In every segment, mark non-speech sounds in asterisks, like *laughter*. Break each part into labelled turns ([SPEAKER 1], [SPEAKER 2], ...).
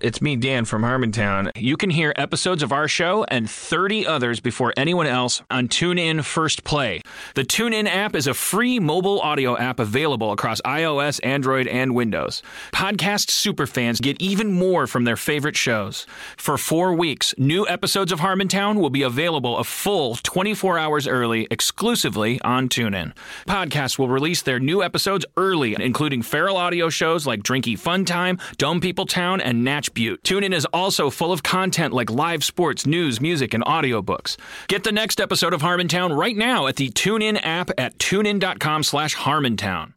[SPEAKER 1] It's me, Dan from Harmontown. You can hear episodes of our show and 30 others before anyone else on TuneIn First Play. The TuneIn app is a free mobile audio app available across iOS, Android, and Windows. Podcast superfans get even more from their favorite shows. For four weeks, new episodes of Harmontown will be available a full 24 hours early exclusively on TuneIn. Podcasts will release their new episodes early, including feral audio shows like Drinky Fun Time, Dome People Town, and Natch Butte. TuneIn is also full of content like live sports, news, music, and audiobooks. Get the next episode of Harmontown right now at the TuneIn app at tunein.com slash harmontown.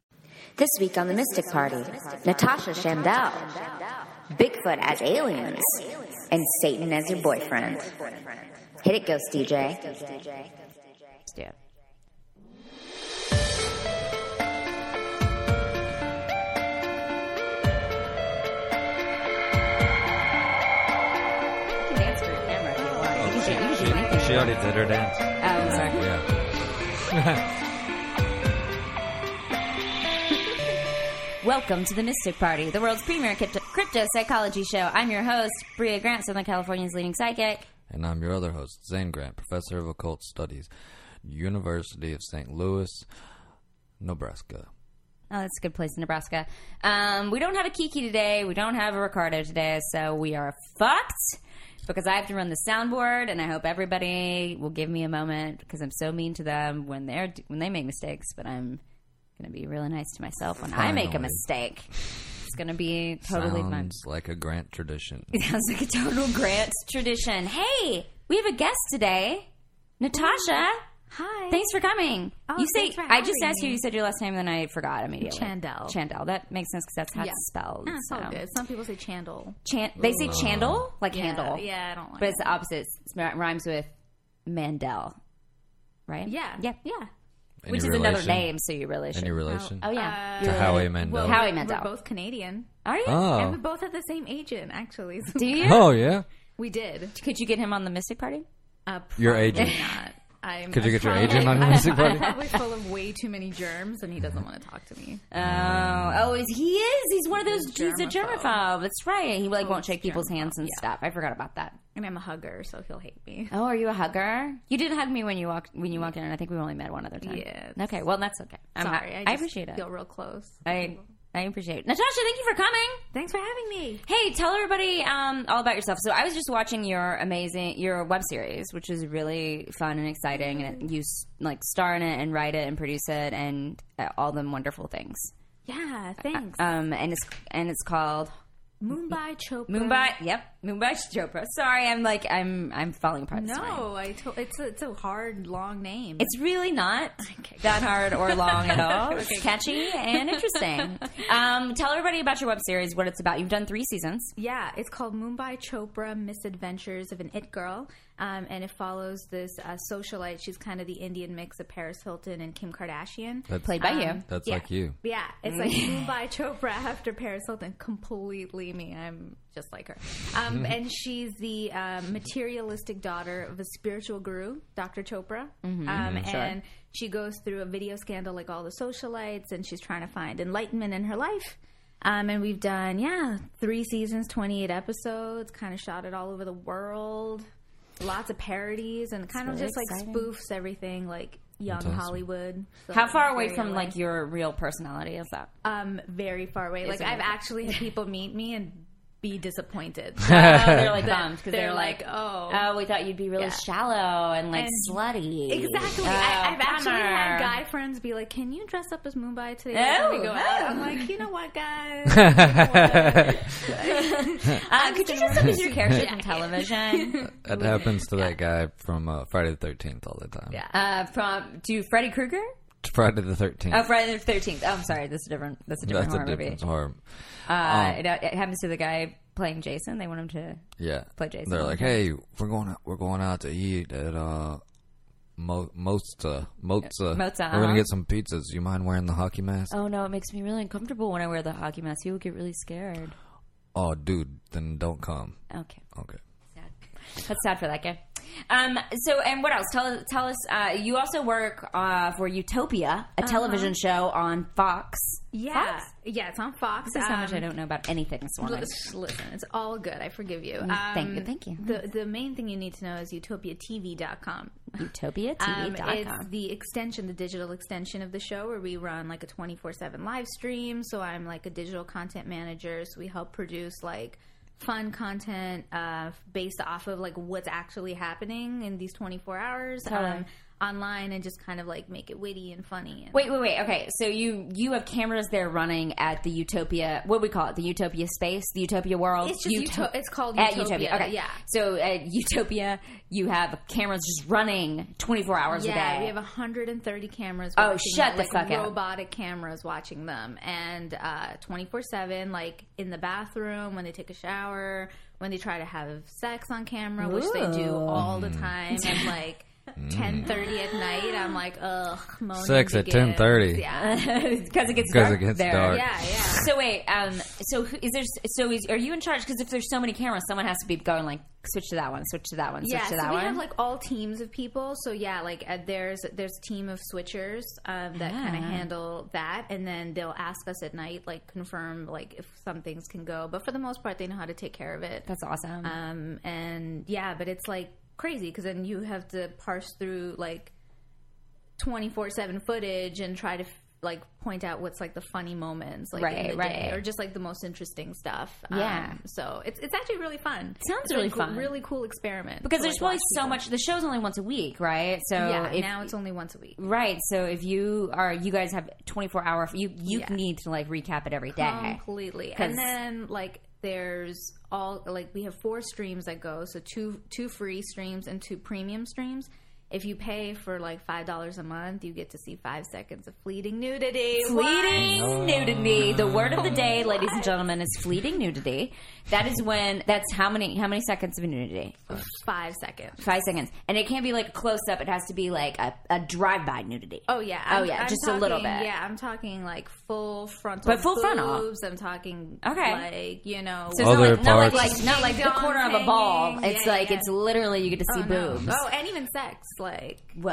[SPEAKER 2] This week on The Mystic Party, Natasha Shandell, Bigfoot as aliens, and Satan as your boyfriend. Hit it, Ghost DJ.
[SPEAKER 3] Yeah. You can dance for the camera if you want. You can do- you can do anything.
[SPEAKER 4] She already did her dance.
[SPEAKER 3] Oh, I'm sorry.
[SPEAKER 4] Yeah.
[SPEAKER 3] Welcome to the Mystic Party, the world's premier crypto, crypto psychology show. I'm your host, Bria Grant, Southern California's leading psychic.
[SPEAKER 4] And I'm your other host, Zane Grant, professor of occult studies, University of St. Louis, Nebraska.
[SPEAKER 3] Oh, that's a good place in Nebraska. Um, we don't have a Kiki today. We don't have a Ricardo today, so we are fucked because I have to run the soundboard, and I hope everybody will give me a moment because I'm so mean to them when they're when they make mistakes. But I'm gonna be really nice to myself when I make a
[SPEAKER 4] Finally.
[SPEAKER 3] mistake. It's gonna be totally fun.
[SPEAKER 4] Sounds like a Grant tradition.
[SPEAKER 3] Sounds like a total Grant tradition. Hey, we have a guest today, Natasha.
[SPEAKER 5] Hi.
[SPEAKER 3] Thanks for coming.
[SPEAKER 5] Oh,
[SPEAKER 3] you say
[SPEAKER 5] thanks for
[SPEAKER 3] I just
[SPEAKER 5] having
[SPEAKER 3] asked you.
[SPEAKER 5] me.
[SPEAKER 3] You said your last name, then I forgot immediately.
[SPEAKER 5] Chandel.
[SPEAKER 3] Chandel. That makes sense because that's how
[SPEAKER 5] Yeah.
[SPEAKER 3] it's spelled.
[SPEAKER 5] Ah, it's all
[SPEAKER 3] so.
[SPEAKER 5] good. Some people say chandel.
[SPEAKER 3] Chan- they
[SPEAKER 4] Uh,
[SPEAKER 3] say chandel, like
[SPEAKER 5] Yeah,
[SPEAKER 3] handle.
[SPEAKER 5] Yeah, I don't like
[SPEAKER 3] But it's the opposite. It's- It rhymes with Mandel, right?
[SPEAKER 5] it. Yeah.
[SPEAKER 3] Yeah.
[SPEAKER 5] Yeah.
[SPEAKER 4] Any
[SPEAKER 3] Which is
[SPEAKER 4] relation?
[SPEAKER 3] another name, so you really should.
[SPEAKER 4] Any relation?
[SPEAKER 3] oh, yeah.
[SPEAKER 5] Uh,
[SPEAKER 4] to Howie Mandel.
[SPEAKER 5] Well,
[SPEAKER 3] Howie
[SPEAKER 5] we're-
[SPEAKER 3] Mandel.
[SPEAKER 5] We're both Canadian.
[SPEAKER 3] Are you?
[SPEAKER 5] And we
[SPEAKER 4] oh.
[SPEAKER 5] both had the same agent, actually. So
[SPEAKER 3] Do you?
[SPEAKER 4] Oh, yeah.
[SPEAKER 5] we did.
[SPEAKER 3] Could you get him on the Mystic Party?
[SPEAKER 5] Uh,
[SPEAKER 4] Your
[SPEAKER 5] probably
[SPEAKER 3] *laughs*
[SPEAKER 4] agent.
[SPEAKER 5] Not. I'm,
[SPEAKER 4] Could you get your
[SPEAKER 5] probably-
[SPEAKER 4] agent on the music
[SPEAKER 5] *laughs* I'm
[SPEAKER 4] party?
[SPEAKER 5] probably full of way too many germs, and he doesn't want to talk to me.
[SPEAKER 3] Oh, oh, is, he is. He's one of those. He's a
[SPEAKER 5] Germaphobe. Oh,
[SPEAKER 3] germaphobe. That's right. He like won't shake people's hands and
[SPEAKER 5] yeah.
[SPEAKER 3] stuff. I forgot about that.
[SPEAKER 5] And I'm a hugger, so he'll hate me.
[SPEAKER 3] Oh, are you a hugger? You did hug me when you walked when you walked in, and I think we only met one other time.
[SPEAKER 5] Yeah, it's-
[SPEAKER 3] Okay. Well, that's okay. I'm
[SPEAKER 5] Sorry.
[SPEAKER 3] ha-
[SPEAKER 5] I,
[SPEAKER 3] I,
[SPEAKER 5] just
[SPEAKER 3] appreciate it.
[SPEAKER 5] Feel real close.
[SPEAKER 3] I I appreciate it. Natasha, thank you for coming.
[SPEAKER 5] Thanks for having me.
[SPEAKER 3] Hey, tell everybody um, all about yourself. So I was just watching your amazing your web series, which is really fun and exciting, and
[SPEAKER 5] Mm-hmm.
[SPEAKER 3] it, you s- like star in it and write it and produce it and uh, all them wonderful things.
[SPEAKER 5] Yeah. Thanks.
[SPEAKER 3] Um, and it's and it's called
[SPEAKER 5] Mumbai Chopra.
[SPEAKER 3] Mumbai. Uh-huh. Yep, Mumbai Chopra. Sorry, I'm like I'm I'm falling apart. this morning.
[SPEAKER 5] No, I to- it's a, it's a hard, long name.
[SPEAKER 3] It's really
[SPEAKER 5] *laughs*
[SPEAKER 3] not that hard or long at all. It's catchy and
[SPEAKER 5] *laughs*
[SPEAKER 3] interesting. Um, tell everybody about your web series, what it's about. You've done three seasons.
[SPEAKER 5] Yeah, it's called Mumbai Chopra Misadventures of an It Girl. Um, and it follows this uh, socialite. She's kind of the Indian mix of Paris Hilton and Kim Kardashian.
[SPEAKER 4] That's,
[SPEAKER 3] Played
[SPEAKER 5] Um,
[SPEAKER 3] by you.
[SPEAKER 4] that's
[SPEAKER 5] yeah.
[SPEAKER 3] *laughs*
[SPEAKER 4] like you.
[SPEAKER 5] Yeah, it's like Mumbai Chopra after Paris Hilton. Completely me. I'm just like her.
[SPEAKER 4] *laughs*
[SPEAKER 5] Um, and she's the um, materialistic daughter of a spiritual guru, Dr. Chopra.
[SPEAKER 3] Mm-hmm.
[SPEAKER 5] Um,
[SPEAKER 4] Mm-hmm.
[SPEAKER 5] And she goes through a video scandal like all the socialites, and she's trying to find enlightenment in her life. Um, and we've done, yeah, three seasons, 28 episodes, kind of shot it all over the world. Lots of parodies and kind of
[SPEAKER 3] really
[SPEAKER 5] just like
[SPEAKER 3] exciting.
[SPEAKER 5] spoofs everything, like young
[SPEAKER 4] awesome.
[SPEAKER 5] Hollywood. So
[SPEAKER 3] How far away
[SPEAKER 5] very
[SPEAKER 3] from
[SPEAKER 5] LA
[SPEAKER 3] like your real personality is
[SPEAKER 5] *laughs*
[SPEAKER 3] that?
[SPEAKER 5] um, very far away. Like I've actually had people meet me and be disappointed.
[SPEAKER 3] *laughs* oh, they're like bummed because
[SPEAKER 5] they're
[SPEAKER 3] they're like,
[SPEAKER 5] like, oh.
[SPEAKER 3] oh, we thought you'd be really
[SPEAKER 5] Yeah.
[SPEAKER 3] shallow and like
[SPEAKER 5] And-
[SPEAKER 3] slutty.
[SPEAKER 5] exactly.
[SPEAKER 3] Oh,
[SPEAKER 5] I, I've actually
[SPEAKER 3] bummer.
[SPEAKER 5] had guy friends be like, "Can you dress up as Mumbai today?" when we
[SPEAKER 3] Oh,
[SPEAKER 5] go
[SPEAKER 3] oh.
[SPEAKER 5] out. I'm like, you know what,
[SPEAKER 3] *laughs*
[SPEAKER 5] guys?
[SPEAKER 3] Uh, could you just up as your character
[SPEAKER 5] *laughs*
[SPEAKER 3] from television?
[SPEAKER 4] *laughs* That happens to that guy from uh, Friday the 13th all the time.
[SPEAKER 5] Yeah.
[SPEAKER 3] uh, from to Freddy Krueger?
[SPEAKER 4] Friday the 13th.
[SPEAKER 3] Oh, Friday the Thirteenth. Oh, I'm sorry. That's a different. That's a different
[SPEAKER 4] that's a
[SPEAKER 3] horror
[SPEAKER 4] different
[SPEAKER 3] movie.
[SPEAKER 4] horror.
[SPEAKER 3] Uh,
[SPEAKER 4] Um,
[SPEAKER 3] it, it happens to the guy playing Jason. They want him to
[SPEAKER 4] Yeah.
[SPEAKER 3] Play Jason
[SPEAKER 4] They're
[SPEAKER 3] all
[SPEAKER 4] like,
[SPEAKER 3] the
[SPEAKER 4] hey, we're going out, we're going out to eat at uh, Mo- Moza, Moza.
[SPEAKER 3] Moza,
[SPEAKER 4] We're
[SPEAKER 3] uh-huh.
[SPEAKER 4] gonna get some pizzas. You mind wearing the hockey mask?
[SPEAKER 3] Oh no, it makes me really uncomfortable when I wear the hockey mask. People get really scared.
[SPEAKER 4] Oh, dude, then don't come.
[SPEAKER 3] Okay,
[SPEAKER 4] Okay.
[SPEAKER 3] sad. That's sad for that guy. Um, so, and what else? Tell tell us. Uh, you also work uh, for Utopia, a television show on Fox.
[SPEAKER 5] Yeah,
[SPEAKER 3] Fox?
[SPEAKER 5] yeah, it's on Fox.
[SPEAKER 3] There's so
[SPEAKER 5] Um,
[SPEAKER 3] much I don't know about anything this morning.
[SPEAKER 5] Listen, listen, it's all good. I forgive you. Um,
[SPEAKER 3] thank you, thank you.
[SPEAKER 5] The, the main thing you need to know is utopiatv.com. Um,
[SPEAKER 3] UtopiaTV.com.
[SPEAKER 5] it's the extension, the digital extension of the show where we run like a 24 7 live stream. So I'm like a digital content manager. So we help produce like fun content uh, based off of like what's actually happening in these 24 hours um, online and just kind of like make it witty and funny. And,
[SPEAKER 3] wait, wait, wait. Okay, so you you have cameras there running at the Utopia. What do we call it? The Utopia space, the Utopia world.
[SPEAKER 5] It's just
[SPEAKER 3] Uto-
[SPEAKER 5] Uto- it's called
[SPEAKER 3] at
[SPEAKER 5] Utopia,
[SPEAKER 3] Utopia. Okay,
[SPEAKER 5] yeah.
[SPEAKER 3] So at Utopia, you have cameras just running 24 hours a
[SPEAKER 5] Yeah,
[SPEAKER 3] day.
[SPEAKER 5] we
[SPEAKER 3] *laughs*
[SPEAKER 5] have 130 cameras.
[SPEAKER 3] Oh,
[SPEAKER 5] watching
[SPEAKER 3] shut
[SPEAKER 5] them,
[SPEAKER 3] the
[SPEAKER 5] like,
[SPEAKER 3] fuck up.
[SPEAKER 5] Robotic cameras watching them, and uh, twenty-four seven, like in the bathroom when they take a shower, when they try to have sex on camera, which they do
[SPEAKER 3] Ooh.
[SPEAKER 5] all
[SPEAKER 4] Mm-hmm.
[SPEAKER 5] the time, and like. 10:30 at night. I'm like, ugh, moaning
[SPEAKER 4] Mm. Sex at
[SPEAKER 5] begins.
[SPEAKER 4] 10:30.
[SPEAKER 5] Yeah,
[SPEAKER 3] because it gets
[SPEAKER 4] 'Cause it
[SPEAKER 3] dark
[SPEAKER 4] gets
[SPEAKER 3] there.
[SPEAKER 4] dark.
[SPEAKER 5] yeah, yeah.
[SPEAKER 3] So wait, um, so who- is there? So is, are you in charge? Because if there's so many cameras, someone has to be going like switch to that one, switch to that one, switch
[SPEAKER 5] Yeah,
[SPEAKER 3] to
[SPEAKER 5] so
[SPEAKER 3] that
[SPEAKER 5] we
[SPEAKER 3] one.
[SPEAKER 5] have like all teams of people. So yeah, like uh, there's there's a team of switchers um, that kind of handle that, and then they'll ask us at night, like confirm like if some things can go. But for the most part, they know how to take care of it.
[SPEAKER 3] That's awesome.
[SPEAKER 5] Um, and yeah, but it's like crazy because then you have to parse through like twenty four seven footage and try to. Like point out what's like the funny moments, like
[SPEAKER 3] Right,
[SPEAKER 5] in the
[SPEAKER 3] right.
[SPEAKER 5] day, or just like the most interesting stuff.
[SPEAKER 3] Yeah.
[SPEAKER 5] Um, so it's it's actually really fun.
[SPEAKER 3] Sounds
[SPEAKER 5] It's a
[SPEAKER 3] really
[SPEAKER 5] cool-
[SPEAKER 3] fun.
[SPEAKER 5] really cool experiment
[SPEAKER 3] because
[SPEAKER 5] to,
[SPEAKER 3] there's
[SPEAKER 5] like,
[SPEAKER 3] probably
[SPEAKER 5] watch
[SPEAKER 3] so
[SPEAKER 5] people.
[SPEAKER 3] much. The show's only once a week, right? So
[SPEAKER 5] Yeah,
[SPEAKER 3] if,
[SPEAKER 5] now it's only once a week.
[SPEAKER 3] right. So if you are, you guys have 24 hour. You you
[SPEAKER 5] Yeah.
[SPEAKER 3] need to like recap it every day.
[SPEAKER 5] Completely.
[SPEAKER 3] 'Cause-
[SPEAKER 5] And then like there's all like we have four streams that go, so two two free streams and two premium streams. If you pay for like five dollars a month, you get to see five seconds of fleeting nudity.
[SPEAKER 3] Fleeting nudity.
[SPEAKER 4] Uh.
[SPEAKER 3] The word of the day, ladies and gentlemen, is fleeting nudity. That is when. That's how many how many seconds of nudity?
[SPEAKER 5] Five seconds.
[SPEAKER 3] five seconds, and it can't be like a close up. It has to be like a, a drive by nudity.
[SPEAKER 5] Oh yeah.
[SPEAKER 3] Oh, yeah, just a little
[SPEAKER 5] talking-
[SPEAKER 3] bit.
[SPEAKER 5] Yeah, I'm talking like full frontal,
[SPEAKER 3] But full
[SPEAKER 5] boobs.
[SPEAKER 3] frontal.
[SPEAKER 5] I'm talking
[SPEAKER 3] Okay.
[SPEAKER 5] like you know.
[SPEAKER 3] So it's not
[SPEAKER 4] Other
[SPEAKER 3] like, not like,
[SPEAKER 4] parts.
[SPEAKER 3] like not like the
[SPEAKER 5] Ding-dong
[SPEAKER 3] corner of a ball.
[SPEAKER 5] hanging.
[SPEAKER 3] It's
[SPEAKER 5] Yeah,
[SPEAKER 3] like
[SPEAKER 5] yeah.
[SPEAKER 3] it's literally you get to see
[SPEAKER 5] oh, no.
[SPEAKER 3] boobs.
[SPEAKER 5] Oh, and even sex. Like
[SPEAKER 3] Whoa!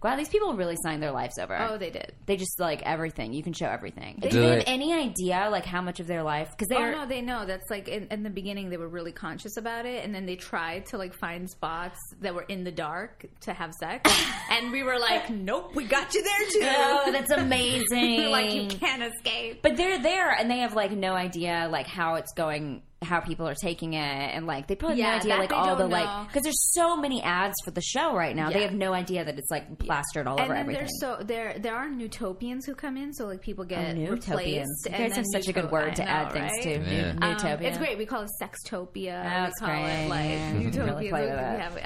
[SPEAKER 3] Wow, these people really signed their lives over.
[SPEAKER 5] oh, they did.
[SPEAKER 3] they just like everything. You can show everything. Do,
[SPEAKER 4] Do
[SPEAKER 3] they
[SPEAKER 4] they-
[SPEAKER 3] have any idea like how much of their life? Because
[SPEAKER 5] Oh
[SPEAKER 3] they're
[SPEAKER 5] no, they know. That's like in, in the beginning they were really conscious about it, and then they tried to like find spots that were in the dark to have sex, and we were like, *laughs* "Nope, we got you there *laughs* too."
[SPEAKER 3] oh, that's amazing.
[SPEAKER 5] like you can't escape.
[SPEAKER 3] but they're there and they have like no idea like how it's going how people are taking it and like they probably
[SPEAKER 5] Yeah,
[SPEAKER 3] have no idea
[SPEAKER 5] that
[SPEAKER 3] like
[SPEAKER 5] they
[SPEAKER 3] all the
[SPEAKER 5] don't
[SPEAKER 3] like
[SPEAKER 5] know.
[SPEAKER 3] because there's so many ads for the show right now they
[SPEAKER 5] Yeah.
[SPEAKER 3] have no idea that it's like plastered all
[SPEAKER 5] And
[SPEAKER 3] over
[SPEAKER 5] then
[SPEAKER 3] everything
[SPEAKER 5] there's so there there are Newtopians who come in, so like people get
[SPEAKER 3] Newtopians.
[SPEAKER 5] replaced.
[SPEAKER 3] You
[SPEAKER 5] and
[SPEAKER 3] guys
[SPEAKER 5] then
[SPEAKER 3] have such a good
[SPEAKER 5] Newto-
[SPEAKER 3] word
[SPEAKER 5] I
[SPEAKER 3] to
[SPEAKER 5] know,
[SPEAKER 3] add things
[SPEAKER 5] right?
[SPEAKER 3] to.
[SPEAKER 4] Yeah.
[SPEAKER 3] New- Newtopia.
[SPEAKER 5] Um, it's great. We call it sextopia.
[SPEAKER 3] That's
[SPEAKER 5] we call
[SPEAKER 3] great.
[SPEAKER 5] it like
[SPEAKER 3] Yeah. *laughs*
[SPEAKER 5] utopia.
[SPEAKER 3] Really play with
[SPEAKER 5] Like,
[SPEAKER 3] it.
[SPEAKER 5] we have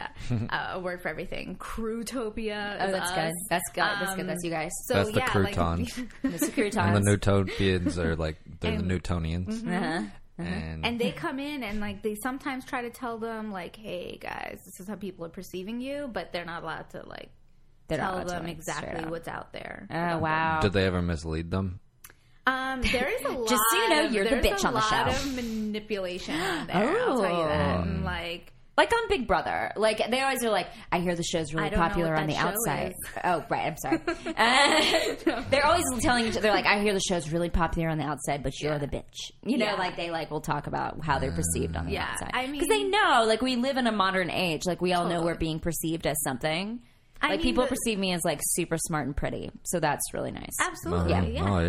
[SPEAKER 5] yeah,
[SPEAKER 3] *laughs*
[SPEAKER 5] Uh, a word for everything. Crewtopia.
[SPEAKER 3] oh
[SPEAKER 5] is
[SPEAKER 3] that's
[SPEAKER 5] us.
[SPEAKER 3] good that's good that's good
[SPEAKER 5] Um,
[SPEAKER 3] that's you guys
[SPEAKER 4] *laughs*
[SPEAKER 5] So
[SPEAKER 4] That's the
[SPEAKER 5] yeah, *laughs*
[SPEAKER 4] croutons.
[SPEAKER 5] Like,
[SPEAKER 3] Mr. Croutons.
[SPEAKER 4] And the Newtonians
[SPEAKER 3] *laughs*
[SPEAKER 4] are like they're the Newtonians.
[SPEAKER 3] Uh-huh. *laughs*
[SPEAKER 4] And,
[SPEAKER 5] and they come in and like they sometimes try to tell them like, "Hey guys, this is how people are perceiving you," but they're not allowed to like
[SPEAKER 3] They're not
[SPEAKER 5] tell
[SPEAKER 3] allowed to,
[SPEAKER 5] them
[SPEAKER 3] like, straight
[SPEAKER 5] exactly
[SPEAKER 3] up.
[SPEAKER 5] what's out there.
[SPEAKER 3] oh wow
[SPEAKER 4] did they ever mislead them?
[SPEAKER 5] Um, there
[SPEAKER 3] *laughs*
[SPEAKER 5] is a lot.
[SPEAKER 3] Just so you know,
[SPEAKER 5] of-
[SPEAKER 3] you're the
[SPEAKER 5] there's
[SPEAKER 3] bitch
[SPEAKER 5] a
[SPEAKER 3] on the
[SPEAKER 5] lot
[SPEAKER 3] show.
[SPEAKER 5] Of manipulation. out There, I'll tell you
[SPEAKER 3] Oh.
[SPEAKER 5] that. And, like.
[SPEAKER 3] like on Big Brother. Like they always are like, I hear the show's really
[SPEAKER 5] I don't know
[SPEAKER 3] popular
[SPEAKER 5] what
[SPEAKER 3] on the
[SPEAKER 5] that show
[SPEAKER 3] outside.
[SPEAKER 5] is.
[SPEAKER 3] Oh right, I'm
[SPEAKER 5] *laughs*
[SPEAKER 3] sorry. Uh, they're always telling each other like, I hear the show's really popular on the outside, but you're the bitch. You know,
[SPEAKER 5] Yeah.
[SPEAKER 3] like they like will talk about how they're perceived on the
[SPEAKER 5] Yeah,
[SPEAKER 3] outside.
[SPEAKER 5] I
[SPEAKER 3] because they
[SPEAKER 5] mean-
[SPEAKER 3] know, like we live in a modern age. Like we all know
[SPEAKER 5] Totally.
[SPEAKER 3] we're being perceived as something.
[SPEAKER 5] I
[SPEAKER 3] Like
[SPEAKER 5] mean,
[SPEAKER 3] people
[SPEAKER 5] the-
[SPEAKER 3] perceive me as like super smart and pretty, so that's really nice.
[SPEAKER 5] Absolutely,
[SPEAKER 4] Oh,
[SPEAKER 5] yeah.
[SPEAKER 3] *laughs*
[SPEAKER 4] oh,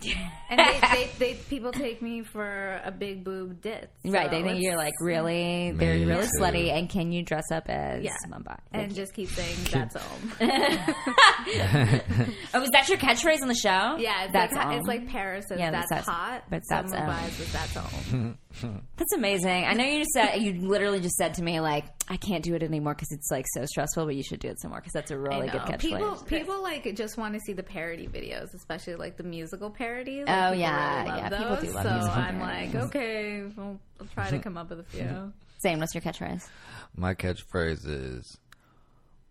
[SPEAKER 4] yeah.
[SPEAKER 5] And they, they, they, people take me for a big boob dit.
[SPEAKER 3] *laughs* right?
[SPEAKER 5] so
[SPEAKER 3] They think
[SPEAKER 5] it's-
[SPEAKER 3] you're like really, they're
[SPEAKER 4] Me
[SPEAKER 3] really
[SPEAKER 4] too.
[SPEAKER 3] slutty, and can you dress up as
[SPEAKER 5] Yeah.
[SPEAKER 3] Mumbai?
[SPEAKER 5] and just keep saying
[SPEAKER 3] *laughs*
[SPEAKER 5] that's all. *laughs*
[SPEAKER 3] oh, is that your catchphrase on the show?
[SPEAKER 5] Yeah, it's
[SPEAKER 3] that's
[SPEAKER 5] like
[SPEAKER 3] all.
[SPEAKER 5] it's like Paris says
[SPEAKER 3] Yeah,
[SPEAKER 5] that's,
[SPEAKER 3] that's-
[SPEAKER 5] hot,
[SPEAKER 3] but
[SPEAKER 5] so
[SPEAKER 3] that's, um,
[SPEAKER 5] Mumbai's is that's all.
[SPEAKER 3] That's amazing. I know you just said you literally just said to me like I can't do it anymore because it's like so stressful, but you should do it some more because that's a really good
[SPEAKER 5] No,
[SPEAKER 3] catchphrase.
[SPEAKER 5] people people like just want to see the parody videos, espally like the musical parodies. Like,
[SPEAKER 3] Oh,
[SPEAKER 5] people
[SPEAKER 3] yeah,
[SPEAKER 5] really
[SPEAKER 3] yeah,
[SPEAKER 5] love
[SPEAKER 3] people do
[SPEAKER 5] those.
[SPEAKER 3] love
[SPEAKER 5] so
[SPEAKER 3] musical
[SPEAKER 5] I'm
[SPEAKER 3] parodies. *laughs*
[SPEAKER 5] like, okay, well, I'll try to come up with a few.
[SPEAKER 3] Same. What's your catchphrase?
[SPEAKER 4] My catchphrase is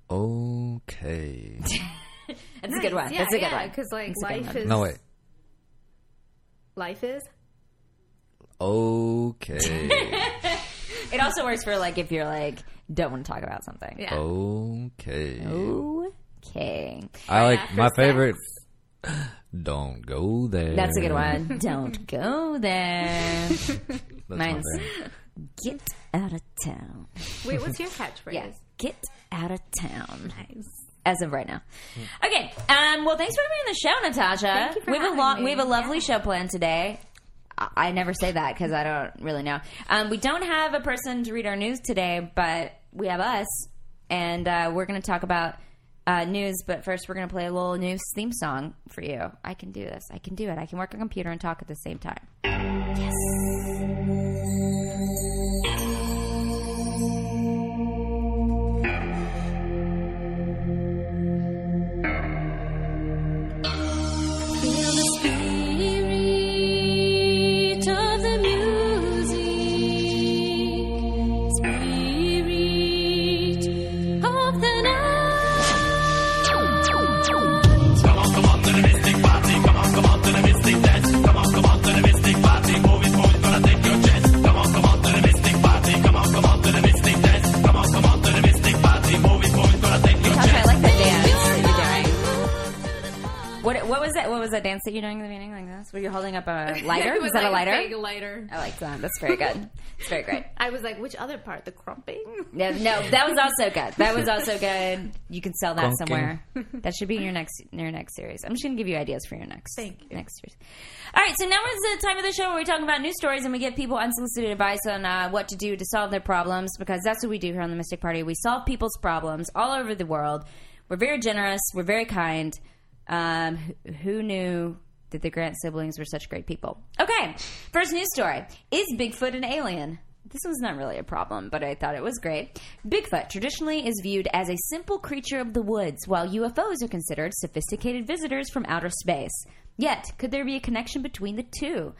[SPEAKER 4] okay.
[SPEAKER 3] *laughs* That's a good one.
[SPEAKER 5] Yeah,
[SPEAKER 3] that's a good
[SPEAKER 5] yeah,
[SPEAKER 3] one.
[SPEAKER 5] because like
[SPEAKER 3] a good
[SPEAKER 5] life
[SPEAKER 3] one.
[SPEAKER 5] is
[SPEAKER 4] No wait.
[SPEAKER 5] life is
[SPEAKER 4] Okay.
[SPEAKER 3] It also works for like if you're like don't want to talk about something.
[SPEAKER 5] Yeah.
[SPEAKER 4] Oh. Okay.
[SPEAKER 3] *laughs* Okay.
[SPEAKER 4] I like
[SPEAKER 5] after
[SPEAKER 4] my
[SPEAKER 5] sex.
[SPEAKER 4] favorite. *gasps* Don't go there.
[SPEAKER 3] That's a good one. Don't go there.
[SPEAKER 5] *laughs*
[SPEAKER 4] That's
[SPEAKER 3] Mine's- Get out of town.
[SPEAKER 5] Wait,
[SPEAKER 3] *laughs*
[SPEAKER 5] what's your catchphrase?
[SPEAKER 3] Yeah. Get out of town.
[SPEAKER 5] Nice.
[SPEAKER 3] as of right now. Okay. Um, well, thanks for coming on the show, Natasha.
[SPEAKER 5] Thank you for
[SPEAKER 3] we have
[SPEAKER 5] having
[SPEAKER 3] a long,
[SPEAKER 5] me.
[SPEAKER 3] we have a lovely show planned today. I, I never say that because I don't really know. Um, we don't have a person to read our news today, but we have us, and uh, we're going to talk about. Uh, news, but first we're gonna play a little news theme song for you. I can do this. I can do it. I can work a computer and talk at the same time.
[SPEAKER 6] Feel the spirit of the music, spirit of the night.
[SPEAKER 3] Natasha, I like the dance that you're doing. What, what was that? What was that dance that you're doing in the beginning like this? Were you holding up a lighter?
[SPEAKER 5] *laughs* It
[SPEAKER 3] Is that a
[SPEAKER 5] like
[SPEAKER 3] lighter? Oh.
[SPEAKER 5] big lighter.
[SPEAKER 3] I like that. That's very good. It's very great.
[SPEAKER 5] I was like, which other part? The crumping?
[SPEAKER 3] No,
[SPEAKER 5] *laughs*
[SPEAKER 3] no, that was also good. That was also good. You can sell that
[SPEAKER 4] Conking.
[SPEAKER 3] somewhere. That should be in your next in your next series. I'm just gonna give you ideas for your next
[SPEAKER 5] Thank you.
[SPEAKER 3] next series. All right, so now is the time of the show where we talk about news stories and we give people unsolicited advice on uh, what to do to solve their problems because that's what we do here on the Mystic Party. We solve people's problems all over the world. We're very generous. We're very kind. Um, who- who knew that the Grant siblings were such great people? Okay, first news story: Is Bigfoot an alien? This was not really a problem, but I thought it was great. Bigfoot traditionally is viewed as a simple creature of the woods, while UFOs are considered sophisticated visitors from outer space. Yet, could there be a connection between the two?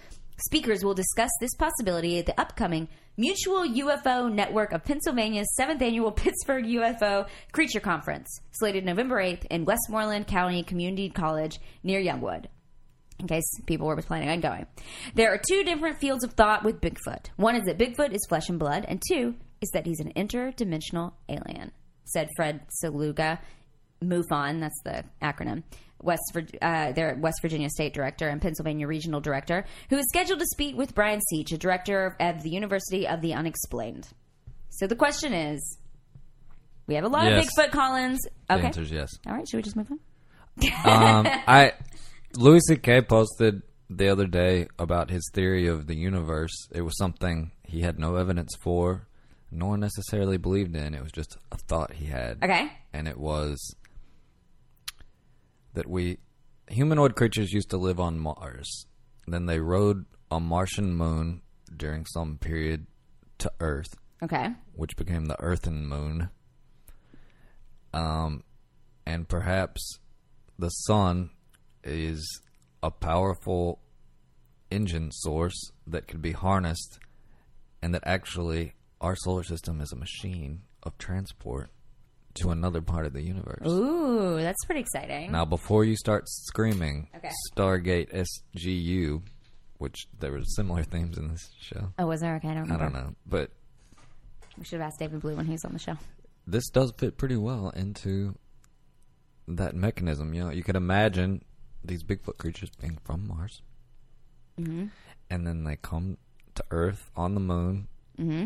[SPEAKER 3] Speakers will discuss this possibility at the upcoming Mutual UFO Network of Pennsylvania's 7th annual *laughs* Pittsburgh UFO Creature Conference, slated November 8th in Westmoreland County Community College near Youngwood in case people were planning on going. There are two different fields of thought with Bigfoot. One is that Bigfoot is flesh and blood, and two is that he's an interdimensional alien, said Fred Saluga. MUFON, that's the acronym. West, Vir- uh, their West Virginia State Director and Pennsylvania Regional Director, who is scheduled to speak with Brian Seach, a director of the University of the Unexplained. So the question is, we have a lot
[SPEAKER 4] Yes.
[SPEAKER 3] of Bigfoot Collins.
[SPEAKER 4] The
[SPEAKER 3] Okay,
[SPEAKER 4] answer's yes.
[SPEAKER 3] all right, should we just move on? *laughs*
[SPEAKER 4] Um, I Louis C.K. posted the other day about his theory of the universe. It was something he had no evidence for, no one necessarily believed in. It was just a thought he had.
[SPEAKER 3] Okay,
[SPEAKER 4] and it was that we humanoid creatures used to live on Mars. Then they rode a Martian moon during some period to Earth,
[SPEAKER 3] okay,
[SPEAKER 4] which became the Earthen Moon. Um, and perhaps the sun is a powerful engine source that could be harnessed, and that actually our solar system is a machine of transport to another part of the universe.
[SPEAKER 3] ooh, that's pretty exciting.
[SPEAKER 4] Now, before you start screaming,
[SPEAKER 3] Okay.
[SPEAKER 4] Stargate SGU, which there were similar themes in this show.
[SPEAKER 3] Oh, was there? Okay, I don't
[SPEAKER 4] I
[SPEAKER 3] remember.
[SPEAKER 4] don't know, but
[SPEAKER 3] We should have asked David Blue when he was on the show.
[SPEAKER 4] this does fit pretty well into that mechanism. You know, you could imagine these Bigfoot creatures being from Mars, mm-hmm. and then they come to Earth on the moon. Mm-hmm.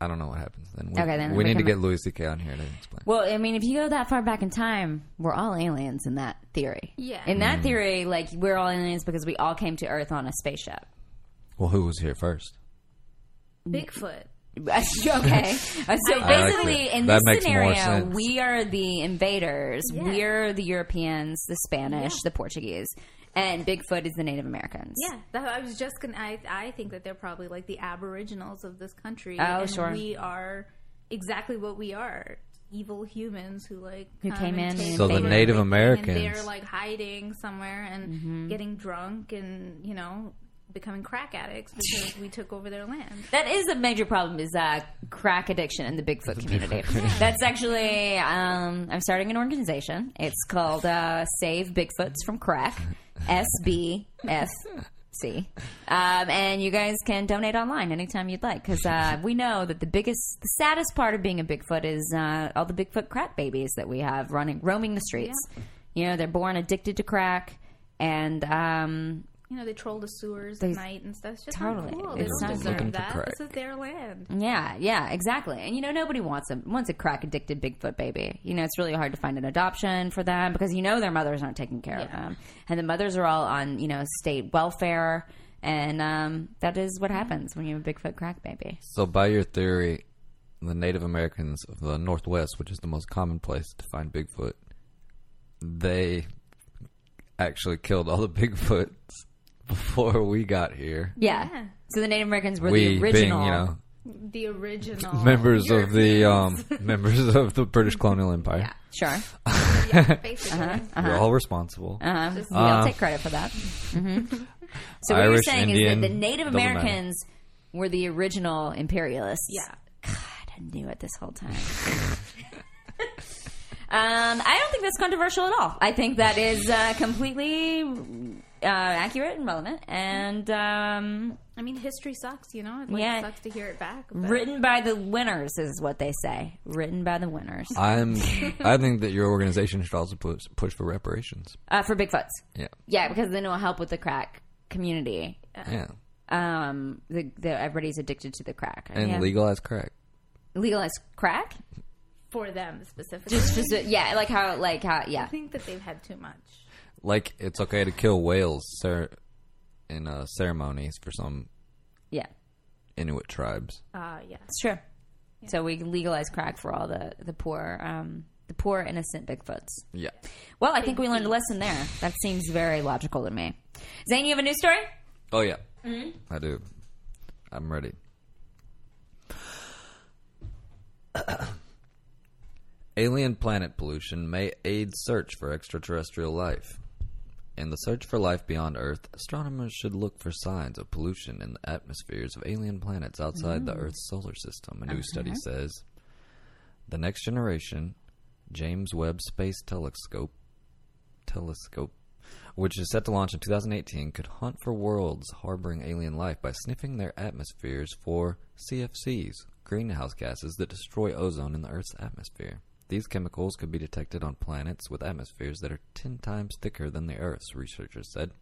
[SPEAKER 4] I don't know what happens then. We,
[SPEAKER 3] Okay, then
[SPEAKER 4] we
[SPEAKER 3] we
[SPEAKER 4] need to
[SPEAKER 3] can-
[SPEAKER 4] get Louis C.K. on here to explain.
[SPEAKER 3] Well, I mean, if you go that far back in time, we're all aliens in that theory.
[SPEAKER 5] Yeah.
[SPEAKER 3] In
[SPEAKER 4] Hmm.
[SPEAKER 3] that theory, like we're all aliens because we all came to Earth on a spaceship. *laughs*
[SPEAKER 4] Well, who was here first?
[SPEAKER 5] Bigfoot.
[SPEAKER 3] okay.
[SPEAKER 4] *laughs*
[SPEAKER 3] Uh, So
[SPEAKER 4] like
[SPEAKER 3] basically,
[SPEAKER 4] it.
[SPEAKER 3] in
[SPEAKER 4] That
[SPEAKER 3] this
[SPEAKER 4] makes more
[SPEAKER 3] scenario,
[SPEAKER 4] sense.
[SPEAKER 3] we are the invaders.
[SPEAKER 5] Yeah.
[SPEAKER 3] We're the Europeans, the Spanish, the Portuguese, and Bigfoot is the Native Americans.
[SPEAKER 5] Yeah, that, I was just gonna. I, I think that they're probably like the aboriginals of this country.
[SPEAKER 3] Oh,
[SPEAKER 5] and
[SPEAKER 3] sure.
[SPEAKER 5] We are exactly what we are: evil humans who like
[SPEAKER 3] Who
[SPEAKER 5] come
[SPEAKER 3] came
[SPEAKER 5] and
[SPEAKER 3] in
[SPEAKER 5] take
[SPEAKER 3] So the
[SPEAKER 5] over
[SPEAKER 4] Native
[SPEAKER 5] everything,
[SPEAKER 4] Americans.
[SPEAKER 5] And they're like hiding somewhere and
[SPEAKER 3] Mm-hmm.
[SPEAKER 5] getting drunk and you know becoming crack addicts because we took over their land.
[SPEAKER 3] That is a major problem is uh, crack addiction in the Bigfoot community. *laughs* That's actually um, I'm starting an organization. It's called uh, Save Bigfoots from Crack. SBF See, um, and you guys can donate online anytime you'd like because uh, we know that the biggest, the saddest part of being a Bigfoot is uh, all the Bigfoot crack babies that we have running, roaming the streets. You know, they're born addicted to crack, and um,
[SPEAKER 5] You know, they troll the sewers
[SPEAKER 3] They-
[SPEAKER 5] at night and stuff. It's just not
[SPEAKER 3] Totally.
[SPEAKER 5] cool.
[SPEAKER 3] It's
[SPEAKER 5] they
[SPEAKER 3] not
[SPEAKER 5] don't
[SPEAKER 3] looking for
[SPEAKER 5] deserve that. This
[SPEAKER 4] crack.
[SPEAKER 5] is their land.
[SPEAKER 3] Yeah, yeah, exactly. And you know, nobody wants a wants a crack addicted Bigfoot baby. You know, it's really hard to find an adoption for them because you know their mothers aren't taking care of them, and the mothers are all on you know state welfare, and um, that is what happens when you have a Bigfoot crack baby.
[SPEAKER 4] So, by your theory, the Native Americans of the Northwest, which is the most common place to find Bigfoot, they actually killed all the *laughs* Bigfoots before we got here.
[SPEAKER 3] Yeah. So the Native Americans were
[SPEAKER 4] we
[SPEAKER 3] the original. uh,
[SPEAKER 4] being, you know,
[SPEAKER 3] Mm-hmm.
[SPEAKER 5] The original
[SPEAKER 4] *laughs* members of the um,
[SPEAKER 3] *laughs*
[SPEAKER 4] members of the British colonial empire.
[SPEAKER 3] Sure.
[SPEAKER 4] uh,
[SPEAKER 5] basically.
[SPEAKER 3] Uh-huh.
[SPEAKER 4] We're all responsible.
[SPEAKER 3] Uh, we all take credit for that. hmm So what
[SPEAKER 4] Irish,
[SPEAKER 3] you're saying
[SPEAKER 4] Indian,
[SPEAKER 3] is that the Native
[SPEAKER 4] doesn't matter.
[SPEAKER 3] Americans were the original imperialists.
[SPEAKER 5] Yeah.
[SPEAKER 3] I knew it this whole time. *laughs* um, I don't think that's controversial at all. I think that is uh, completely uh, accurate and relevant, and um,
[SPEAKER 5] I mean, history sucks, you know? It like,
[SPEAKER 3] Yeah.
[SPEAKER 5] sucks to hear it back. but-
[SPEAKER 3] written by the winners is what they say. Written by the winners *laughs*
[SPEAKER 4] I'm. I think that your organization should also push, push for reparations.
[SPEAKER 3] uh, for Bigfoots.
[SPEAKER 4] Yeah.
[SPEAKER 3] Yeah, because then it'll help with the crack community.
[SPEAKER 4] Yeah.
[SPEAKER 3] Um, the, the, everybody's addicted to the crack.
[SPEAKER 4] And
[SPEAKER 3] yeah.
[SPEAKER 4] legalize crack.
[SPEAKER 3] legalized crack.
[SPEAKER 5] For them specifically.
[SPEAKER 3] Just, just uh, yeah, like how, like how, yeah.
[SPEAKER 5] I think that they've had too much.
[SPEAKER 4] Like it's okay to kill whales cer- in uh, ceremonies for some
[SPEAKER 3] Yeah,
[SPEAKER 4] Inuit tribes.
[SPEAKER 5] Uh, yeah.
[SPEAKER 3] it's true. So we can legalize crack for all the the poor, um, the poor innocent Bigfoots.
[SPEAKER 4] Yeah.
[SPEAKER 3] Well, I think we learned a lesson there. That seems very logical to me. Zane, you have a news story?
[SPEAKER 4] Oh yeah. I do. I'm ready. *coughs* Alien planet pollution may aid search for extraterrestrial life. In the search for life beyond Earth, astronomers should look for signs of pollution in the atmospheres of alien planets outside the Earth's solar system, a new study says. The next generation James Webb Space Telescope telescope, which is set to launch in 2018, could hunt for worlds harboring alien life by sniffing their atmospheres for CFCs, greenhouse gases that destroy ozone in the Earth's atmosphere. These chemicals could be detected on planets with atmospheres that are 10 times thicker than the Earth's, researchers said.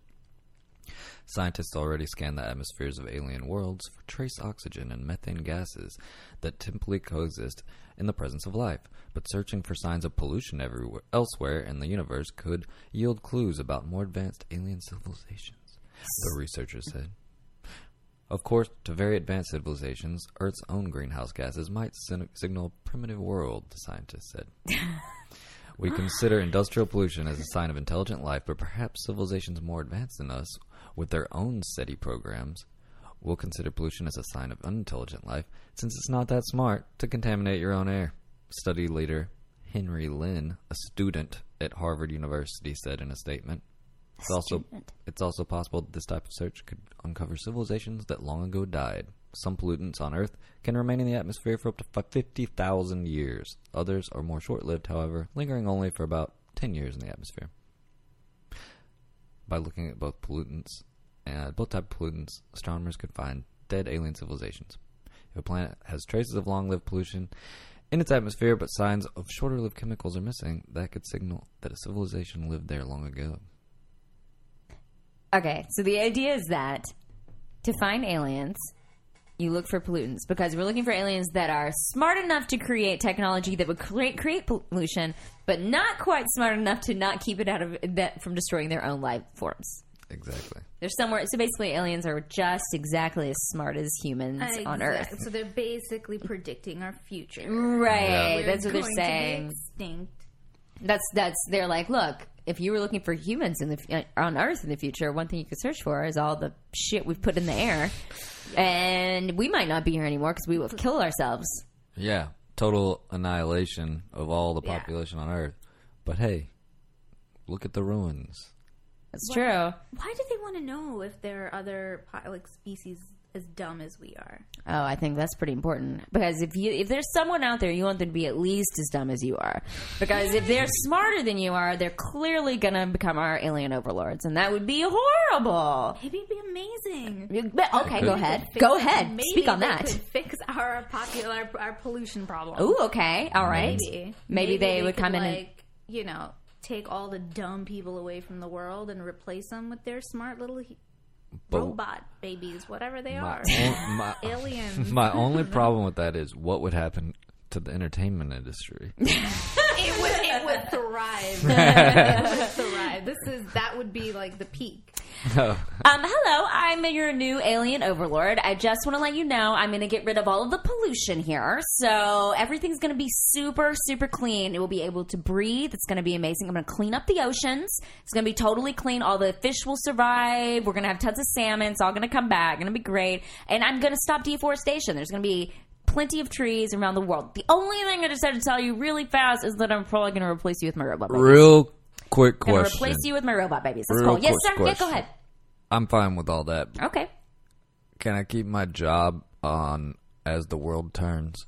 [SPEAKER 4] Scientists already scan the atmospheres of alien worlds for trace oxygen and methane gases that typically coexist in the presence of life, but searching for signs of pollution everywhere elsewhere in the universe could yield clues about more advanced alien civilizations, the researchers said. Of course, to very advanced civilizations, Earth's own greenhouse gases might sin- signal a primitive world, the scientists said. We consider industrial pollution as a sign of intelligent life, but perhaps civilizations more advanced than us, with their own steady programs, will consider pollution as a sign of unintelligent life, since it's not that smart to contaminate your own air. Study leader Henry Lin, a student at Harvard University, said in a statement. It's also, it's also possible that this type of search could uncover civilizations that long ago died. Some pollutants on Earth can remain in the atmosphere for up to fi- 50,000 years. Others are more short lived, however, lingering only for about 10 years in the atmosphere. By looking at both pollutants and both type of pollutants, astronomers could find dead alien civilizations. If a planet has traces of long lived pollution in its atmosphere but signs of shorter lived chemicals are missing, that could signal that a civilization lived there long ago.
[SPEAKER 3] Okay, so the idea is that to find aliens, you look for pollutants because we're looking for aliens that are smart enough to create technology that would create create pollution, but not quite smart enough to not keep it out of that from destroying their own life forms.
[SPEAKER 4] Exactly.
[SPEAKER 3] They're somewhere. So basically, aliens are just exactly as smart as humans on
[SPEAKER 5] Exact-
[SPEAKER 3] Earth.
[SPEAKER 5] So they're basically predicting our future.
[SPEAKER 3] Right.
[SPEAKER 5] We're
[SPEAKER 3] That's what they're
[SPEAKER 5] going to be
[SPEAKER 3] saying.
[SPEAKER 5] extinct.
[SPEAKER 3] That's that's they're like, look, if you were looking for humans in the f- on Earth in the future, one thing you could search for is all the shit we've put in the air, and we might not be here anymore because we would kill ourselves.
[SPEAKER 4] Yeah, total annihilation of all the population on Earth. But hey, look at the ruins.
[SPEAKER 3] That's true.
[SPEAKER 5] Why do they want to know if there are other po- like species as dumb as we are.
[SPEAKER 3] Oh, I think that's pretty important because if you if there's someone out there, you want them to be at least as dumb as you are. Because if they're smarter than you are, they're clearly going to become our alien overlords, and that would be horrible.
[SPEAKER 5] Maybe it'd be amazing.
[SPEAKER 3] You- but- okay, go ahead.
[SPEAKER 5] Fix-
[SPEAKER 3] Go ahead.
[SPEAKER 5] Maybe
[SPEAKER 3] Speak on
[SPEAKER 5] they
[SPEAKER 3] that.
[SPEAKER 5] Could fix our popular our pollution problem.
[SPEAKER 3] Ooh, okay, all right.
[SPEAKER 5] Maybe,
[SPEAKER 3] Maybe they would
[SPEAKER 5] could,
[SPEAKER 3] come in and-
[SPEAKER 5] like you know take all the dumb people away from the world and replace them with their smart little he-
[SPEAKER 4] But-
[SPEAKER 5] robot babies, whatever they
[SPEAKER 4] My,
[SPEAKER 3] *laughs*
[SPEAKER 5] are.
[SPEAKER 4] on- my,
[SPEAKER 5] Aliens.
[SPEAKER 4] *laughs* my only problem with that is what would happen to the entertainment industry.
[SPEAKER 5] it would it would thrive. *laughs* it would thrive. This is that would be like the peak.
[SPEAKER 3] Um, hello, I'm your new alien overlord. I just want to let you know I'm going to get rid of all of the pollution here. So everything's going to be super, super clean. It will be able to breathe. It's going to be amazing. I'm going to clean up the oceans. It's going to be totally clean. All the fish will survive. We're going to have tons of salmon. It's all going to come back. Going to be great. And I'm going to stop deforestation. There's going to be plenty of trees around the world. The only thing I decided to tell you really fast is that I'm probably going to replace you with my robot. Babies.
[SPEAKER 4] Real quick
[SPEAKER 3] I'm going to
[SPEAKER 4] question.
[SPEAKER 3] replace you with my robot babies. That's
[SPEAKER 4] Real
[SPEAKER 3] cool. Yes, sir.
[SPEAKER 4] quick
[SPEAKER 3] Yeah, go
[SPEAKER 4] question.
[SPEAKER 3] ahead.
[SPEAKER 4] I'm fine with all that. but
[SPEAKER 3] Okay.
[SPEAKER 4] Can I keep my job on as the world turns?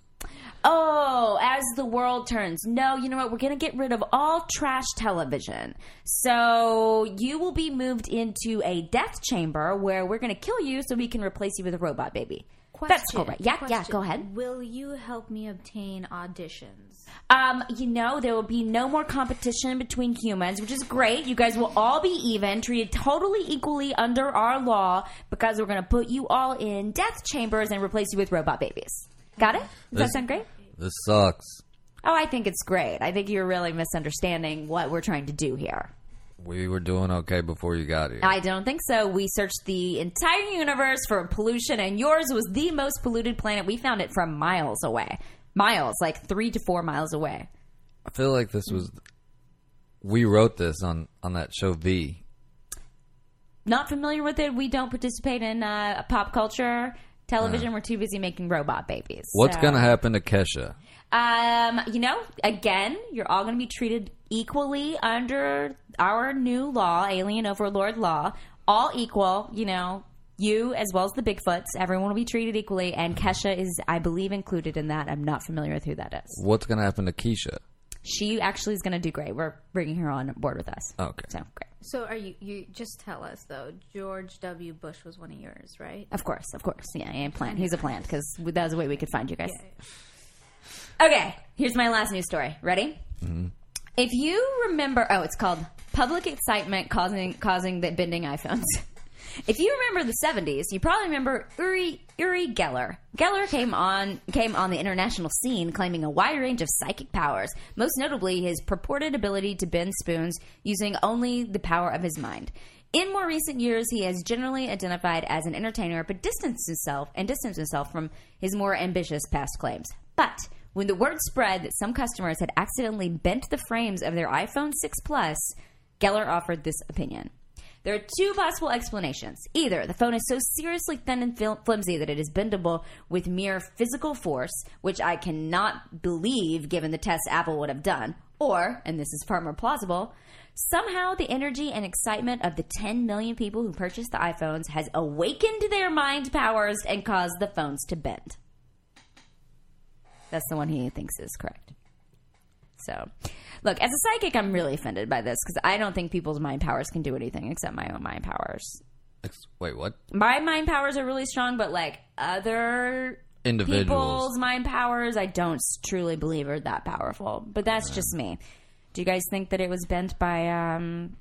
[SPEAKER 3] Oh, as the world turns. No, you know what? We're going to get rid of all trash television. So you will be moved into a death chamber where we're going to kill you so we can replace you with a robot baby. That's cool, right? Yeah, yeah,
[SPEAKER 5] Question.
[SPEAKER 3] go ahead.
[SPEAKER 5] Will you help me obtain auditions?
[SPEAKER 3] Um, you know, there will be no more competition between humans, which is great. You guys will all be even, treated totally equally under our law because we're going to put you all in death chambers and replace you with robot babies. Got it? Does that
[SPEAKER 4] This-
[SPEAKER 3] sound great?
[SPEAKER 4] This sucks.
[SPEAKER 3] Oh, I think it's great. I think you're really misunderstanding what we're trying to do here.
[SPEAKER 4] We were doing okay before you got here.
[SPEAKER 3] I don't think so. We searched the entire universe for pollution, and yours was the most polluted planet. We found it from miles away. Miles, like three to four miles away.
[SPEAKER 4] I feel like this was. We wrote this on on that show V.
[SPEAKER 3] Not familiar with it. We don't participate in uh, pop culture. Television, we're too busy making robot babies.
[SPEAKER 4] What's
[SPEAKER 3] So-
[SPEAKER 4] gonna happen to Kesha?
[SPEAKER 3] Um, you know, again, you're all going to be treated equally under our new law, Alien Overlord Law. All equal, you know, you as well as the Bigfoots. Everyone will be treated equally, and Kesha is, I believe, included in that. I'm not familiar with who that is.
[SPEAKER 4] What's gonna happen to Keisha?
[SPEAKER 3] She actually is going to do great. We're bringing her on board with us.
[SPEAKER 4] Okay.
[SPEAKER 3] So great.
[SPEAKER 5] So are you? You just tell us though. George W. Bush was one of yours, right?
[SPEAKER 3] Of course, of course. Yeah, and plan. He's a plant because that was the way we could find you guys. Okay, here's my last news story. Ready? If you remember, oh, it's called public excitement causing causing the bending iPhones. *laughs* If you remember the 70s, you probably remember Uri Uri Geller. Geller came on came on the international scene claiming a wide range of psychic powers, most notably his purported ability to bend spoons using only the power of his mind. In more recent years, he has generally identified as an entertainer, but distanced himself and distanced himself from his more ambitious past claims. But when the word spread that some customers had accidentally bent the frames of their iPhone 6 Plus, Geller offered this opinion. There are two possible explanations. Either the phone is so seriously thin and fil- flimsy that it is bendable with mere physical force, which I cannot believe given the tests Apple would have done, or, and this is far more plausible, somehow the energy and excitement of the 10 million people who purchased the iPhones has awakened their mind powers and caused the phones to bend. That's the one he thinks is correct. So, look, as a psychic, I'm really offended by this because I don't think people's mind powers can do anything except my own mind powers.
[SPEAKER 4] Ex- Wait, what?
[SPEAKER 3] My mind powers are really strong, but like other
[SPEAKER 4] Individuals.
[SPEAKER 3] people's mind powers, I don't s- truly believe are that powerful. But that's just me. Do you guys think that it was bent by um,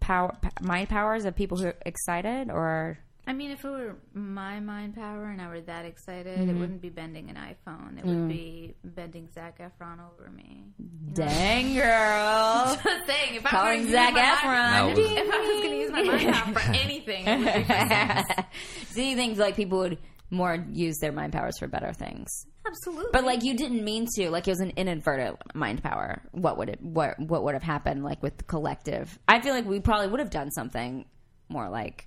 [SPEAKER 3] power, p- mind powers of people who are excited or?
[SPEAKER 5] I mean, if it were my mind power and I were that excited, it
[SPEAKER 3] Mm-hmm.
[SPEAKER 5] wouldn't be bending an iPhone. It
[SPEAKER 3] Mm.
[SPEAKER 5] would be bending Zach Efron over me.
[SPEAKER 3] Dang girl,
[SPEAKER 5] *laughs* Just saying, if I were
[SPEAKER 3] calling
[SPEAKER 5] using
[SPEAKER 3] Zach
[SPEAKER 5] my
[SPEAKER 3] Efron.
[SPEAKER 4] That
[SPEAKER 5] mind-
[SPEAKER 4] was-
[SPEAKER 5] If I was going to use my mind
[SPEAKER 3] *laughs*
[SPEAKER 5] power for anything, it would be
[SPEAKER 3] Do you think like people would more use their mind powers for better things?
[SPEAKER 5] absolutely.
[SPEAKER 3] But like you didn't mean to. Like it was an inadvertent mind power. What would it? What what would have happened? Like with the collective? I feel like we probably would have done something more like.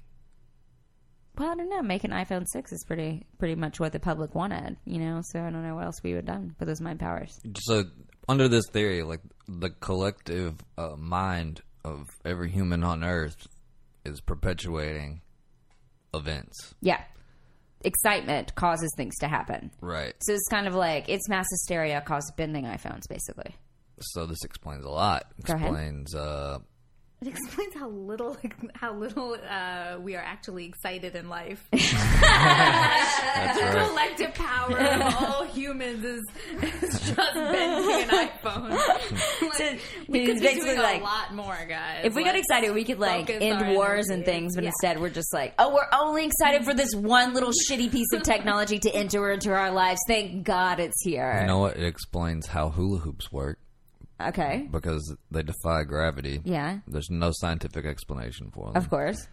[SPEAKER 3] Well, I don't know. Making iPhone six is pretty pretty much what the public wanted, you know. So I don't know what else we would have done with those mind powers.
[SPEAKER 4] So under this theory, like the collective uh, mind of every human on Earth is perpetuating events.
[SPEAKER 3] Yeah, excitement causes things to happen.
[SPEAKER 4] Right.
[SPEAKER 3] So it's kind of like it's mass hysteria caused bending iPhones, basically.
[SPEAKER 4] So this explains a lot.
[SPEAKER 3] Go ahead.
[SPEAKER 4] Explains uh
[SPEAKER 5] It explains how little how little uh, we are actually excited in
[SPEAKER 3] *laughs*
[SPEAKER 5] life. *laughs*
[SPEAKER 4] that's
[SPEAKER 5] the
[SPEAKER 4] right.
[SPEAKER 5] collective power of all humans is, is just bending
[SPEAKER 3] *laughs*
[SPEAKER 5] an iPhone. *laughs* Like,
[SPEAKER 3] So
[SPEAKER 5] we
[SPEAKER 3] it's
[SPEAKER 5] could be
[SPEAKER 3] basically
[SPEAKER 5] doing
[SPEAKER 3] like-
[SPEAKER 5] a lot more, guys.
[SPEAKER 3] If we got
[SPEAKER 5] Like,
[SPEAKER 3] excited, we could like
[SPEAKER 5] focus
[SPEAKER 3] end
[SPEAKER 5] on-
[SPEAKER 3] wars and things, but
[SPEAKER 5] Yeah.
[SPEAKER 3] instead we're just like, oh, we're only excited for this one
[SPEAKER 5] *laughs*
[SPEAKER 3] little shitty piece of technology to enter into our lives. Thank God it's here.
[SPEAKER 4] You know what? It explains how hula hoops work
[SPEAKER 3] Okay.
[SPEAKER 4] because they defy gravity.
[SPEAKER 3] Yeah.
[SPEAKER 4] There's no scientific explanation for them.
[SPEAKER 3] Of course.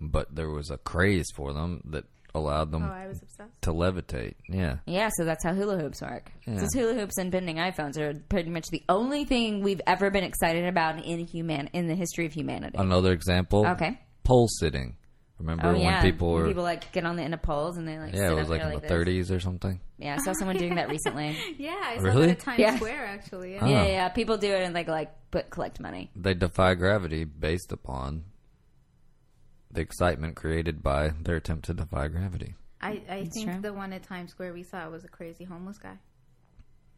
[SPEAKER 4] But there was a craze for them that allowed them
[SPEAKER 5] Oh, I was obsessed.
[SPEAKER 4] to levitate. Yeah.
[SPEAKER 3] Yeah, so that's how hula hoops work.
[SPEAKER 4] Yeah.
[SPEAKER 3] Since hula hoops and bending iPhones are pretty much the only thing we've ever been excited about in human in the history of humanity.
[SPEAKER 4] Another example.
[SPEAKER 3] Okay.
[SPEAKER 4] Pole sitting. Remember
[SPEAKER 3] Oh yeah,
[SPEAKER 4] when people were
[SPEAKER 3] people like get on the end of poles and they like
[SPEAKER 4] Yeah,
[SPEAKER 3] sit
[SPEAKER 4] it was
[SPEAKER 3] up
[SPEAKER 4] like
[SPEAKER 3] there
[SPEAKER 4] in the
[SPEAKER 3] this.
[SPEAKER 4] 30s or something.
[SPEAKER 3] Yeah, I saw someone doing that
[SPEAKER 4] *laughs*
[SPEAKER 3] recently.
[SPEAKER 5] Yeah, I saw
[SPEAKER 4] Really?
[SPEAKER 5] that at Times
[SPEAKER 3] Yeah.
[SPEAKER 5] Square actually.
[SPEAKER 4] Oh.
[SPEAKER 5] Yeah.
[SPEAKER 3] Yeah, yeah, people do it and like like but collect money.
[SPEAKER 4] They defy gravity based upon the excitement created by their attempt to defy gravity.
[SPEAKER 5] I, I think
[SPEAKER 3] true.
[SPEAKER 5] the one at Times Square we saw was a crazy homeless guy,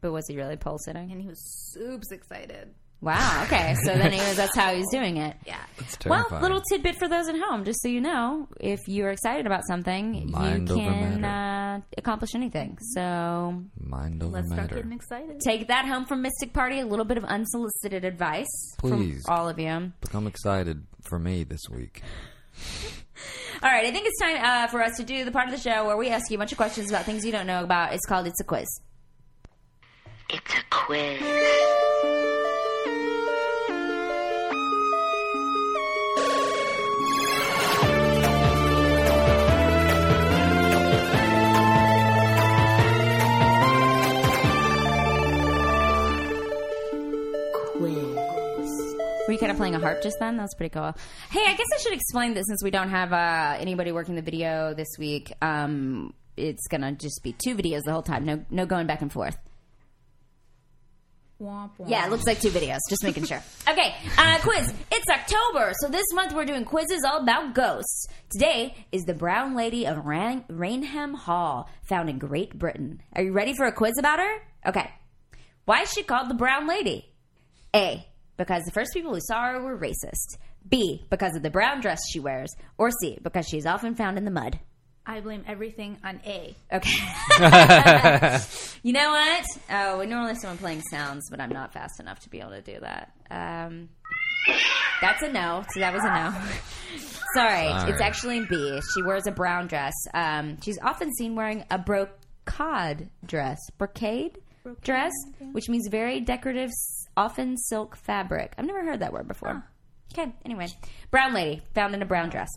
[SPEAKER 3] But was he really pole sitting?
[SPEAKER 5] and he was super excited.
[SPEAKER 3] Wow. Okay. So then he was, that's how he's doing
[SPEAKER 4] *laughs*
[SPEAKER 3] it.
[SPEAKER 5] Yeah,
[SPEAKER 4] It's
[SPEAKER 3] Well,
[SPEAKER 4] terrifying.
[SPEAKER 3] little tidbit for those at home, just so you know, if you are excited about something,
[SPEAKER 4] Mind
[SPEAKER 3] you
[SPEAKER 4] over
[SPEAKER 3] can uh,
[SPEAKER 4] matter.
[SPEAKER 3] accomplish anything. So
[SPEAKER 4] Mind over
[SPEAKER 5] let's start
[SPEAKER 4] matter.
[SPEAKER 5] getting excited.
[SPEAKER 3] take that home from Mystic Party. A little bit of unsolicited advice
[SPEAKER 4] Please.
[SPEAKER 3] from all of you.
[SPEAKER 4] Become excited for me this week.
[SPEAKER 3] All right, I think it's time uh, for us to do the part of the show where we ask you a bunch of questions about things you don't know about. It's called It's a Quiz.
[SPEAKER 2] It's a quiz. Quiz.
[SPEAKER 3] Were you kind of playing a harp just then? That's pretty cool. Hey, I guess I should explain this since we don't have uh, anybody working the video this week. Um, it's gonna just be two videos the whole time. No, no going back and forth.
[SPEAKER 5] Womp, womp.
[SPEAKER 3] Yeah, it looks like two videos. Just making sure. *laughs* Okay, uh, quiz. It's October, so this month we're doing quizzes all about ghosts. Today is the Brown Lady of Ran- Rainham Hall, found in Great Britain. Are you ready for a quiz about her? Okay. Why is she called the Brown Lady? A. Because the first people who saw her were racist. B. Because of the brown dress she wears. Or C. Because she is often found in the mud.
[SPEAKER 5] I blame everything on A.
[SPEAKER 3] Okay. you know what? Oh, we normally someone playing sounds, but I'm not fast enough to be able to do that. Um, that's a no. So that was a no. *laughs* Sorry,
[SPEAKER 4] Sorry.
[SPEAKER 3] it's actually B. She wears a brown dress. Um, she's often seen wearing a brocade dress, brocade dress, which means very decorative, s- often silk fabric. I've never heard that word before. Okay, anyway, brown lady found in a brown dress.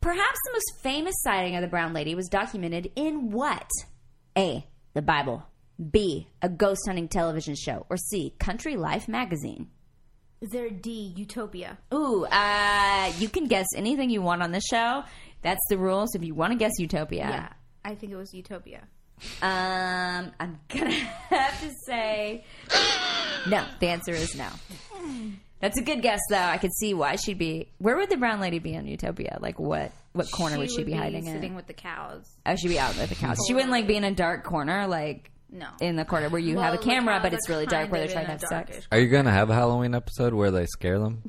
[SPEAKER 3] Perhaps the most famous sighting of the brown lady was documented in what? A. The Bible. B. A ghost hunting television show. Or C. Country Life magazine.
[SPEAKER 5] Is there a D? Utopia.
[SPEAKER 3] Ooh, uh, you can guess anything you want on this show. That's the rule. So if you want to guess
[SPEAKER 5] Yeah,
[SPEAKER 3] Utopia,
[SPEAKER 5] I think it was Utopia.
[SPEAKER 3] um, I'm gonna *laughs* have to say no. The answer is no. That's a good guess, though. I could see why she'd be. Where would the brown lady be on Utopia? Like what? What corner would she
[SPEAKER 5] would
[SPEAKER 3] be hiding in?
[SPEAKER 5] Sitting with the cows.
[SPEAKER 3] Oh, she'd be out with the cows. She wouldn't like be in a dark corner, like
[SPEAKER 5] No.
[SPEAKER 3] in the corner where you
[SPEAKER 5] Well,
[SPEAKER 3] have
[SPEAKER 5] the
[SPEAKER 3] a camera,
[SPEAKER 5] cows
[SPEAKER 3] but
[SPEAKER 5] are
[SPEAKER 3] it's really dark where
[SPEAKER 5] kind
[SPEAKER 3] they're trying
[SPEAKER 5] of
[SPEAKER 3] to
[SPEAKER 5] in
[SPEAKER 3] have sex.
[SPEAKER 5] a darkish-
[SPEAKER 4] Are you going to have a Halloween episode where they
[SPEAKER 3] *laughs*
[SPEAKER 4] scare them?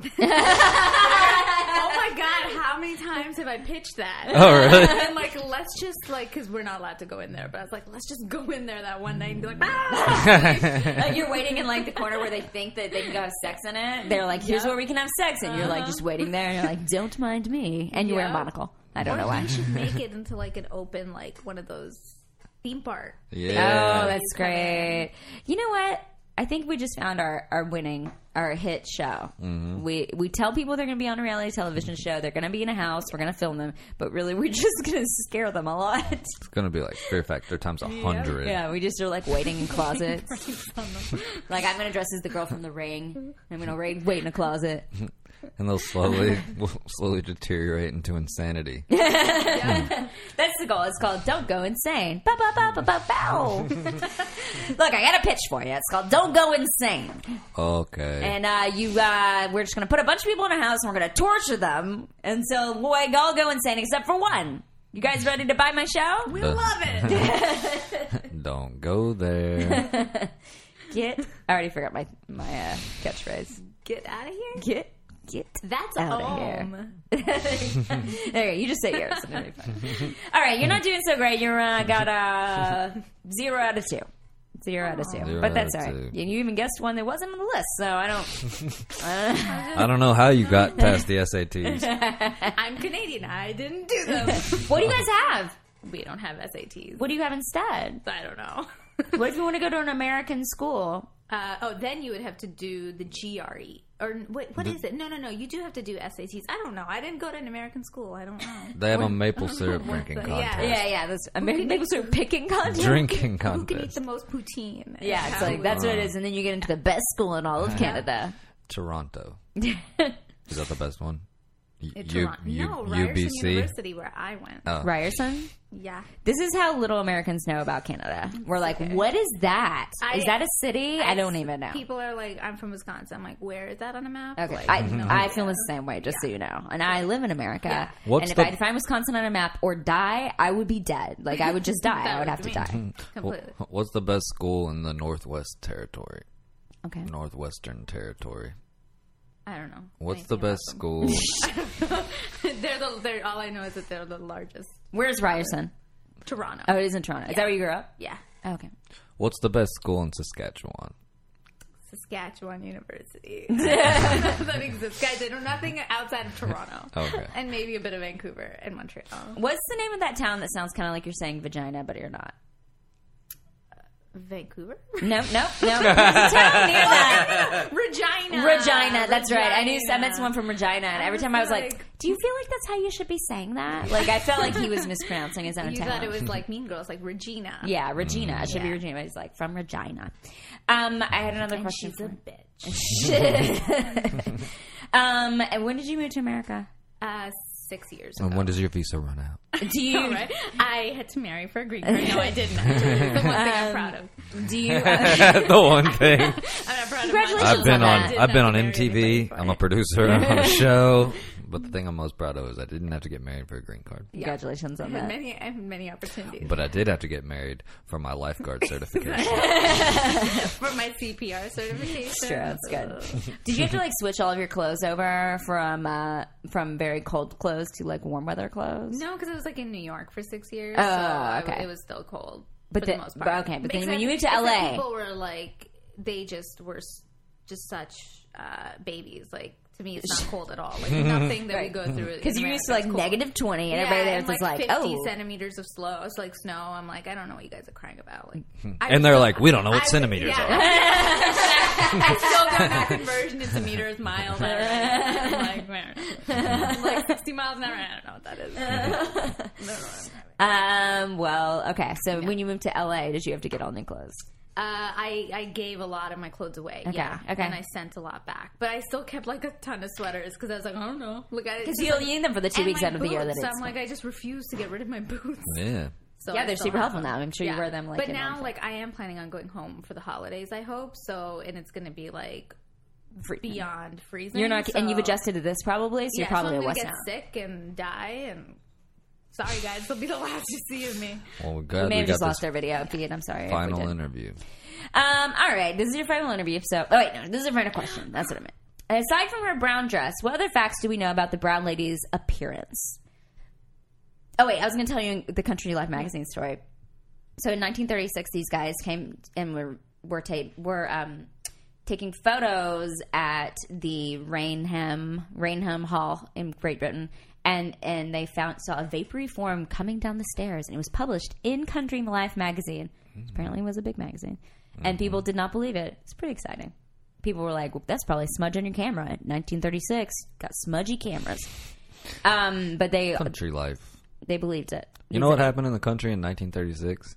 [SPEAKER 5] Oh my god! How many times have I pitched that?
[SPEAKER 4] Oh,
[SPEAKER 5] *laughs*
[SPEAKER 4] really?
[SPEAKER 5] And like, let's just like, because we're not allowed to go in there. But I was like, let's just go in there that one night and be like, ah!
[SPEAKER 4] *laughs*
[SPEAKER 3] Like Uh, you're waiting in like the corner where they think that they can go have sex in it. They're like, "Here's where we can have sex," and you're like just waiting there, and you're like, "Don't mind me," and you wear a
[SPEAKER 5] Uh-huh. Yeah.
[SPEAKER 3] monocle. I don't know
[SPEAKER 5] Or
[SPEAKER 3] why.
[SPEAKER 5] we should make it into like an open, like one of those
[SPEAKER 4] *laughs*
[SPEAKER 5] theme park.
[SPEAKER 4] Yeah.
[SPEAKER 3] Oh, that's great. You know what? I think we just found our, our winning our hit show.
[SPEAKER 5] Mm-hmm.
[SPEAKER 3] We we tell people they're going to be on a reality television show. They're going to be in a house. We're going to film them, but really we're *laughs* just going to scare them a lot.
[SPEAKER 4] it's going to be like fear factor times a 100.
[SPEAKER 3] Yeah, we just are like waiting in closets. like I'm gonna dress as the girl from The Ring. I'm gonna ra- wait in a closet.
[SPEAKER 4] And they'll slowly *laughs* will slowly deteriorate
[SPEAKER 3] *laughs*
[SPEAKER 4] into insanity.
[SPEAKER 3] That's the goal. It's called "Don't Go Insane." Bow, bow, bow, bow, bow, bow.
[SPEAKER 4] *laughs*
[SPEAKER 3] Look, I got a pitch for you. It's called "Don't Go Insane,"
[SPEAKER 4] Okay.
[SPEAKER 3] and uh, you uh, we're just gonna put a bunch of people in a house and we're gonna torture them until we all go insane except for one. You guys ready to buy my show?
[SPEAKER 5] We
[SPEAKER 4] Uh.
[SPEAKER 5] love
[SPEAKER 4] *laughs*
[SPEAKER 5] it.
[SPEAKER 4] Don't go there.
[SPEAKER 3] Get. I already forgot my my uh, catchphrase.
[SPEAKER 5] *laughs* Get out of here.
[SPEAKER 3] Get get
[SPEAKER 5] That's
[SPEAKER 3] Outta
[SPEAKER 5] om.
[SPEAKER 3] here. Okay, you just say yours. and it'll be fine. All right, you're not doing so great. You're uh, got a zero out of two. Zero out of two,
[SPEAKER 4] Zero
[SPEAKER 3] but that's all
[SPEAKER 4] out of
[SPEAKER 3] right.
[SPEAKER 4] two.
[SPEAKER 3] You, you even guessed one that wasn't on the list, so I don't.
[SPEAKER 4] I don't know how you got past the SATs.
[SPEAKER 5] I'm Canadian. I didn't do *laughs* them.
[SPEAKER 3] What do you guys have?
[SPEAKER 5] we don't have SATs.
[SPEAKER 3] What do you have instead?
[SPEAKER 5] I don't *laughs* know.
[SPEAKER 3] What if you want to go to an American school?
[SPEAKER 5] Uh, oh, then you would have to do the GRE. Or what? What is it? No, no, no. You do have to do SATs. I don't know. I didn't go to an American school. I don't know.
[SPEAKER 4] They have a maple
[SPEAKER 5] *laughs*
[SPEAKER 4] syrup drinking
[SPEAKER 5] Yeah,
[SPEAKER 4] contest.
[SPEAKER 3] Yeah, yeah, that's American people start picking contest.
[SPEAKER 4] Drinking
[SPEAKER 5] Who can eat
[SPEAKER 4] contest.
[SPEAKER 5] the most poutine?
[SPEAKER 3] Yeah, it's like that's what it is, and then you get into the best school in all of Canada.
[SPEAKER 5] *laughs*
[SPEAKER 4] Toronto. Is that the best one? Y-
[SPEAKER 5] Uh,
[SPEAKER 4] U-
[SPEAKER 5] Toronto.
[SPEAKER 4] U- Oh.
[SPEAKER 5] no, Ryerson University where I went.
[SPEAKER 3] Uh-huh. Ryerson.
[SPEAKER 5] Yeah,
[SPEAKER 3] This is how little Americans know about Canada. We're like, what is that? Is
[SPEAKER 5] I-
[SPEAKER 3] that a city? I, don't even know.
[SPEAKER 5] people are like, I'm from Wisconsin. I'm like, where is that on a map?
[SPEAKER 3] Okay,
[SPEAKER 5] Like,
[SPEAKER 3] I, I feel the same way. Just so you know, and I live in America.
[SPEAKER 4] Mm-hmm. What's
[SPEAKER 3] and if
[SPEAKER 4] the-
[SPEAKER 3] I find Wisconsin on a map or die, I would be dead. Like I would *laughs* just die.
[SPEAKER 5] That
[SPEAKER 3] I would
[SPEAKER 5] would
[SPEAKER 3] have to
[SPEAKER 5] be
[SPEAKER 3] die.
[SPEAKER 5] completely.
[SPEAKER 4] Wh- What's the best school in the Northwest Territory? Mm-hmm.
[SPEAKER 3] Okay.
[SPEAKER 4] Northwestern Territory.
[SPEAKER 5] I don't know.
[SPEAKER 4] What's the best school?
[SPEAKER 5] *laughs* they're the. They're, all I know is that they're the largest.
[SPEAKER 3] Where's Ryerson?
[SPEAKER 5] Toronto.
[SPEAKER 3] Oh, it is in Toronto. Is that where you grew up?
[SPEAKER 5] Yeah,
[SPEAKER 3] Okay.
[SPEAKER 4] What's the best school in Saskatchewan?
[SPEAKER 3] *laughs*
[SPEAKER 5] Saskatchewan University. *laughs* that exists, guys. They know nothing outside of Toronto.
[SPEAKER 4] Okay.
[SPEAKER 5] And maybe a bit of Vancouver and Montreal.
[SPEAKER 3] What's the name of that town that sounds kind of like you're saying vagina, but you're not?
[SPEAKER 5] Vancouver?
[SPEAKER 3] No, no, no. There's a town near that.
[SPEAKER 5] *laughs* Regina.
[SPEAKER 3] Regina. That's right. I knew I met
[SPEAKER 5] Regina.
[SPEAKER 3] someone from Regina, and every
[SPEAKER 5] was
[SPEAKER 3] time I was like,
[SPEAKER 5] like-
[SPEAKER 3] "Do you feel like that's how you should be saying that?" Like I felt like he was mispronouncing his own
[SPEAKER 5] *laughs* You
[SPEAKER 3] town.
[SPEAKER 5] thought it was like Mean Girls, like Regina.
[SPEAKER 3] Yeah, Regina. It should be
[SPEAKER 5] Yeah.
[SPEAKER 3] Regina, but it's like from Regina. Um, I had another
[SPEAKER 5] And
[SPEAKER 3] question.
[SPEAKER 5] she's a
[SPEAKER 3] For,
[SPEAKER 5] bitch.
[SPEAKER 3] um, and when did you move to America?
[SPEAKER 5] Uh, six years ago.
[SPEAKER 4] And Um, when does your visa run out? *laughs*
[SPEAKER 5] *laughs*
[SPEAKER 3] Do you
[SPEAKER 5] All right. I had to marry for a green card. No, I didn't. actually. It's the one
[SPEAKER 3] Um,
[SPEAKER 5] thing I'm proud of.
[SPEAKER 3] do you
[SPEAKER 5] *laughs*
[SPEAKER 4] That's the one thing.
[SPEAKER 5] I'm not proud
[SPEAKER 3] Congratulations.
[SPEAKER 5] of
[SPEAKER 4] I've been
[SPEAKER 3] on
[SPEAKER 4] on.
[SPEAKER 3] that.
[SPEAKER 4] I've been on
[SPEAKER 5] Did not marry anybody
[SPEAKER 4] MTV.
[SPEAKER 5] for
[SPEAKER 4] I'm a
[SPEAKER 5] it.
[SPEAKER 4] producer I'm
[SPEAKER 3] *laughs*
[SPEAKER 4] on a show. But the thing I'm most proud of is I didn't have to get married for a green card.
[SPEAKER 3] congratulations on
[SPEAKER 5] my
[SPEAKER 3] that?
[SPEAKER 5] many, I have many opportunities.
[SPEAKER 4] But I did have to get married for my lifeguard certification.
[SPEAKER 3] *laughs*
[SPEAKER 5] for my CPR certification.
[SPEAKER 3] Sure, that's
[SPEAKER 5] *laughs*
[SPEAKER 3] good. Did you have to like switch all of your clothes over from uh, from very cold clothes to like warm weather clothes?
[SPEAKER 5] No, because it was like in New York for six years.
[SPEAKER 3] Oh,
[SPEAKER 5] so I-
[SPEAKER 3] okay.
[SPEAKER 5] it was still cold.
[SPEAKER 3] But
[SPEAKER 5] for
[SPEAKER 3] the-
[SPEAKER 5] the most
[SPEAKER 3] but
[SPEAKER 5] part.
[SPEAKER 3] okay, but then when you moved
[SPEAKER 5] Except-
[SPEAKER 3] to
[SPEAKER 5] except
[SPEAKER 3] LA.
[SPEAKER 5] people were like, they just were s- just such uh, babies. Like to me, it's
[SPEAKER 3] *laughs*
[SPEAKER 5] not cold at all. Like nothing that we go through
[SPEAKER 3] because Mm-hmm. you used to like negative twenty, and everybody there was like, "Oh,
[SPEAKER 5] centimeters of slow. It's like snow. I'm like, I don't know what you guys are crying about. Like,
[SPEAKER 4] Hmm. and they're like, we don't know what
[SPEAKER 5] I-
[SPEAKER 4] centimeters
[SPEAKER 3] *laughs*
[SPEAKER 5] yeah.
[SPEAKER 4] are.
[SPEAKER 5] *laughs* I still don't know conversion into meters, miles. I don't know. I'm like, man. I'm like 60 miles an hour. I don't know what that is.
[SPEAKER 3] Uh,
[SPEAKER 5] No, no, no.
[SPEAKER 3] um, well, okay." So when you moved to LA, did you have to get all new clothes?
[SPEAKER 5] Uh, I, I gave a lot of my clothes away.
[SPEAKER 3] Okay,
[SPEAKER 5] Yeah.
[SPEAKER 3] okay.
[SPEAKER 5] And I sent a lot back. But I still kept like a ton of sweaters because I was like, I don't know. Look at it.
[SPEAKER 3] Because you'll need them for the two
[SPEAKER 5] And
[SPEAKER 3] weeks
[SPEAKER 5] my
[SPEAKER 3] out of the year that
[SPEAKER 5] boots,
[SPEAKER 3] it's.
[SPEAKER 5] I'm like, I just refuse to get rid of my boots.
[SPEAKER 4] Yeah.
[SPEAKER 5] So
[SPEAKER 3] yeah,
[SPEAKER 5] I
[SPEAKER 3] they're
[SPEAKER 5] still
[SPEAKER 3] super
[SPEAKER 5] have
[SPEAKER 3] helpful now. I'm sure you wear them like.
[SPEAKER 5] but
[SPEAKER 3] in
[SPEAKER 5] now,
[SPEAKER 3] one-
[SPEAKER 5] like, I am planning on going home for the holidays, I hope. So, and it's going to be like
[SPEAKER 3] freaking-
[SPEAKER 5] beyond freezing.
[SPEAKER 3] You're not, and you've
[SPEAKER 5] so-
[SPEAKER 3] adjusted to this probably, so you're
[SPEAKER 5] Yeah,
[SPEAKER 3] probably a
[SPEAKER 5] so I'm gonna
[SPEAKER 3] West
[SPEAKER 5] get
[SPEAKER 3] now.
[SPEAKER 5] sick and die. And sorry, guys, it'll be the *laughs* last you see of me.
[SPEAKER 4] Well, we're
[SPEAKER 3] We
[SPEAKER 4] glad
[SPEAKER 3] may
[SPEAKER 4] we,
[SPEAKER 3] have
[SPEAKER 4] got
[SPEAKER 3] just
[SPEAKER 4] this
[SPEAKER 3] lost our video feed. I'm sorry. if we
[SPEAKER 4] final
[SPEAKER 3] did.
[SPEAKER 4] interview.
[SPEAKER 3] Um, all right, this is your final interview. So, oh wait, no, this is a final question. That's what I meant. Aside from her brown dress, what other facts do we know about the brown lady's appearance? Oh wait, I was going to tell you the Country Life magazine story. So in 1936, these guys came and were were ta- were um, taking photos at the Rainham Rainham Hall in Great Britain, and and they found saw a vapory form coming down the stairs, and it was published in Country Life magazine. which Apparently, was a big magazine, and people did not believe it. It's pretty exciting. People were like, well, "That's probably smudge on your camera." In 1936, got smudgy cameras, um, but they
[SPEAKER 4] Country life.
[SPEAKER 3] they believed it.
[SPEAKER 4] You know what happened in the country in 1936?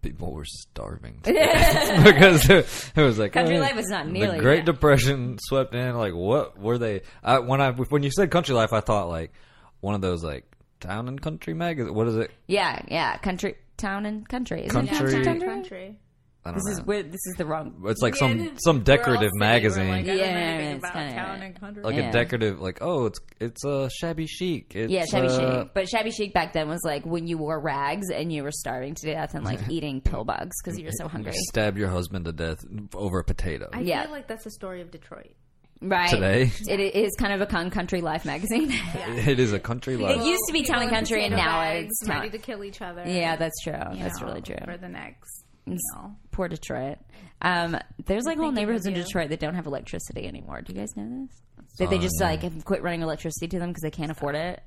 [SPEAKER 4] People were *laughs* starving to death. because there- it was like
[SPEAKER 3] Country
[SPEAKER 4] eh,
[SPEAKER 3] life was not nearly
[SPEAKER 4] The Great
[SPEAKER 3] that. Exactly.
[SPEAKER 4] Depression swept in. Like, what were they? I, when I when you said country life, I thought like one of those like town and country magazine. What is it?
[SPEAKER 3] Yeah, yeah, country town and country. Isn't it
[SPEAKER 4] Country.
[SPEAKER 3] town and
[SPEAKER 5] Country.
[SPEAKER 4] I don't
[SPEAKER 3] This is
[SPEAKER 4] know.
[SPEAKER 3] we're, this is the wrong.
[SPEAKER 4] it's like
[SPEAKER 5] We're
[SPEAKER 4] some
[SPEAKER 5] all
[SPEAKER 4] some decorative
[SPEAKER 5] sitting, we're
[SPEAKER 4] magazine.
[SPEAKER 5] Like, I
[SPEAKER 3] Yeah,
[SPEAKER 5] don't know anything
[SPEAKER 3] it's
[SPEAKER 5] about
[SPEAKER 3] kinda-
[SPEAKER 5] town and country.
[SPEAKER 4] like
[SPEAKER 3] Yeah.
[SPEAKER 4] a decorative like oh it's it's a uh, shabby chic it's,
[SPEAKER 3] Yeah, shabby
[SPEAKER 4] uh,
[SPEAKER 3] chic. But shabby chic back then was like when you wore rags and you were starving to death and like eating pill bugs because you were so hungry.
[SPEAKER 4] stab your husband to death over a potato
[SPEAKER 5] I
[SPEAKER 3] Yeah.
[SPEAKER 5] feel like that's the story of Detroit.
[SPEAKER 3] Right.
[SPEAKER 4] today *laughs*
[SPEAKER 3] It is kind of a con country life magazine.
[SPEAKER 4] it is a country
[SPEAKER 3] it
[SPEAKER 4] life
[SPEAKER 3] used to be town and country, and
[SPEAKER 5] Potato
[SPEAKER 3] now
[SPEAKER 5] bags,
[SPEAKER 3] it's
[SPEAKER 5] ready
[SPEAKER 3] town.
[SPEAKER 5] to kill each other.
[SPEAKER 3] *laughs* Yeah, that's true.
[SPEAKER 5] you
[SPEAKER 3] That's
[SPEAKER 5] know,
[SPEAKER 3] really true.
[SPEAKER 5] For the next, you know,
[SPEAKER 3] Poor Detroit. Um, there's like whole
[SPEAKER 5] Thinking
[SPEAKER 3] neighborhoods
[SPEAKER 5] of
[SPEAKER 3] in
[SPEAKER 5] you.
[SPEAKER 3] Detroit that don't have electricity anymore. Do you guys know this? That they just like have quit running electricity to them because they can't afford it.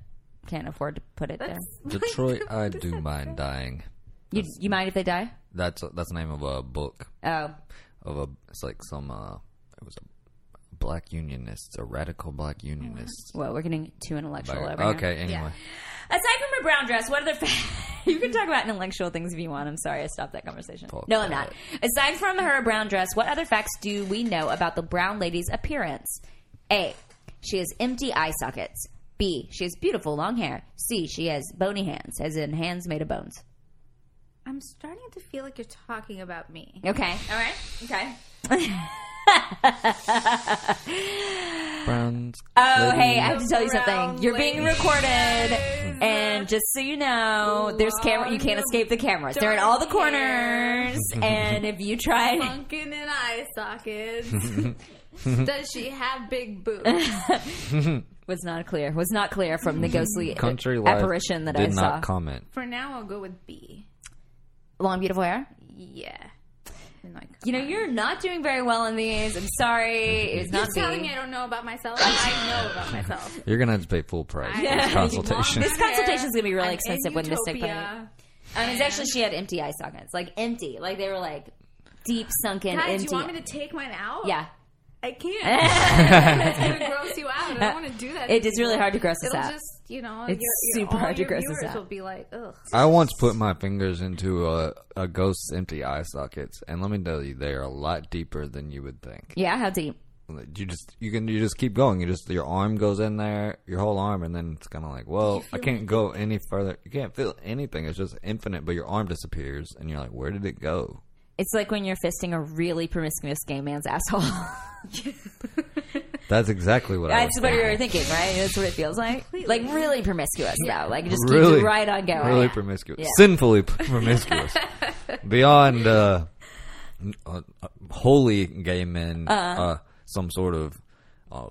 [SPEAKER 3] Can't afford to put it there. *laughs*
[SPEAKER 4] Detroit I do mind dying
[SPEAKER 3] You, you mind if they die?
[SPEAKER 4] that's that's the name of a book
[SPEAKER 3] Oh,
[SPEAKER 4] of a it's like some uh it was a black unionist a radical black unionist
[SPEAKER 3] well, we're getting too intellectual over here.
[SPEAKER 4] okay anyway
[SPEAKER 3] Aside from her brown dress, what other? Fa- *laughs* you can talk about intellectual things if you want. I'm sorry, I stopped that conversation.
[SPEAKER 4] Talk
[SPEAKER 3] no, I'm
[SPEAKER 4] about
[SPEAKER 3] not. Aside from her brown dress, what other facts do we know about the brown lady's appearance? A. She has empty eye sockets. B. She has beautiful long hair. C. She has bony hands, as in hands made of bones.
[SPEAKER 5] I'm starting to feel like you're talking about me.
[SPEAKER 3] Okay. All right. Okay.
[SPEAKER 4] Brown's
[SPEAKER 3] Oh,
[SPEAKER 4] lady.
[SPEAKER 3] hey, I have to tell you
[SPEAKER 5] Brown
[SPEAKER 3] something. You're being
[SPEAKER 5] lady.
[SPEAKER 3] recorded, and just so you know, there's camera. You can't escape the cameras. They're in all the
[SPEAKER 5] dark
[SPEAKER 3] corners, and if you
[SPEAKER 5] *laughs*
[SPEAKER 3] try.
[SPEAKER 5] Pumpkin and eye sockets.
[SPEAKER 4] *laughs*
[SPEAKER 5] Does she have big boobs?
[SPEAKER 3] was not clear. Was not clear from the ghostly
[SPEAKER 4] country life
[SPEAKER 3] apparition that
[SPEAKER 4] did
[SPEAKER 3] I saw.
[SPEAKER 4] not comment
[SPEAKER 5] For now, I'll go with B.
[SPEAKER 3] Long beautiful hair.
[SPEAKER 5] Yeah. And like,
[SPEAKER 3] You know you're not doing very well in these. I'm sorry. It's not
[SPEAKER 5] Just telling me I
[SPEAKER 3] me.
[SPEAKER 5] don't know about
[SPEAKER 3] *laughs*
[SPEAKER 5] myself. I know
[SPEAKER 4] *laughs*
[SPEAKER 5] about myself.
[SPEAKER 4] you're gonna have to pay full price for
[SPEAKER 3] Yeah.
[SPEAKER 4] this consultation
[SPEAKER 3] This consultation's gonna be really
[SPEAKER 5] I'm
[SPEAKER 3] expensive
[SPEAKER 5] in
[SPEAKER 3] with Mystic Bunny.
[SPEAKER 5] Utopia.
[SPEAKER 3] I mean, it's actually she had empty eye sockets, like empty, like they were like deep sunken,
[SPEAKER 5] Guys,
[SPEAKER 3] empty.
[SPEAKER 5] do you want me to take mine out?
[SPEAKER 3] yeah, *laughs*
[SPEAKER 5] I can't. It's gonna gross you out. I don't want to do that. to
[SPEAKER 3] it is really
[SPEAKER 5] people.
[SPEAKER 3] hard to gross us
[SPEAKER 5] It'll
[SPEAKER 3] out.
[SPEAKER 5] just, you know,
[SPEAKER 3] It's
[SPEAKER 5] your- your-
[SPEAKER 3] super
[SPEAKER 5] all
[SPEAKER 3] hard to
[SPEAKER 5] your
[SPEAKER 3] gross us
[SPEAKER 5] viewers
[SPEAKER 3] out.
[SPEAKER 5] Will be like, ugh.
[SPEAKER 4] *laughs* I once put my fingers into a, a ghost's empty eye sockets, and let me tell you, they are a lot deeper than you would think.
[SPEAKER 3] yeah, how deep?
[SPEAKER 4] You just you can you just keep going. You just your arm goes in there, your whole arm, and then it's kind of like, well, I can't go any further. You can't feel anything. It's just infinite, but your arm disappears, and you're like, where did it go?
[SPEAKER 3] It's like when you're fisting a really promiscuous gay man's asshole. *laughs*
[SPEAKER 4] That's exactly what I was
[SPEAKER 3] That's what we
[SPEAKER 4] thinking.
[SPEAKER 3] were thinking, right? That's what it feels like. Like really promiscuous, though. Like it just keeps
[SPEAKER 4] Really,
[SPEAKER 3] you right on going.
[SPEAKER 4] Really promiscuous,
[SPEAKER 3] Yeah. *laughs*
[SPEAKER 4] sinfully p- promiscuous, beyond uh, n- uh, uh, holy gay men, uh
[SPEAKER 3] Uh-huh.
[SPEAKER 4] some sort of uh,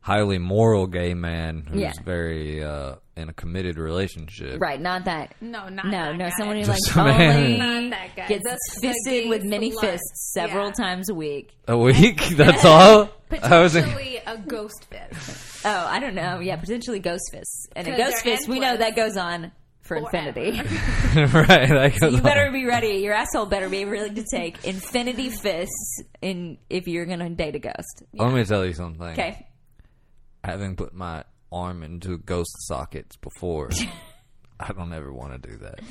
[SPEAKER 4] highly moral gay man who's
[SPEAKER 3] Yeah.
[SPEAKER 4] very uh, in a committed relationship.
[SPEAKER 3] Right, not that.
[SPEAKER 5] No, not
[SPEAKER 3] No,
[SPEAKER 5] that
[SPEAKER 3] no,
[SPEAKER 5] guy.
[SPEAKER 3] someone who
[SPEAKER 4] Just
[SPEAKER 3] like
[SPEAKER 4] a man.
[SPEAKER 3] only
[SPEAKER 5] Not that guy.
[SPEAKER 3] gets
[SPEAKER 5] That's the
[SPEAKER 3] fisted
[SPEAKER 5] gay
[SPEAKER 3] with many
[SPEAKER 5] slut.
[SPEAKER 3] fists several
[SPEAKER 5] Yeah.
[SPEAKER 3] times a week.
[SPEAKER 4] A week? *laughs* That's all. I was in-
[SPEAKER 5] potentially a ghost fist.
[SPEAKER 3] Oh, I don't know. Yeah, potentially ghost fists. And a
[SPEAKER 5] 'Cause
[SPEAKER 3] ghost
[SPEAKER 5] they're
[SPEAKER 3] fist, we know
[SPEAKER 5] endless.
[SPEAKER 3] that goes on for
[SPEAKER 5] Forever.
[SPEAKER 3] infinity.
[SPEAKER 5] *laughs*
[SPEAKER 3] *laughs*
[SPEAKER 4] *laughs* right. that goes
[SPEAKER 3] you
[SPEAKER 4] on.
[SPEAKER 3] better be ready. Your asshole better be willing to take infinity fists in if you're going to date a ghost.
[SPEAKER 4] Let me tell you something.
[SPEAKER 3] Okay.
[SPEAKER 4] Having put my arm into ghost sockets
[SPEAKER 3] *laughs*
[SPEAKER 4] before, I don't ever want to do that.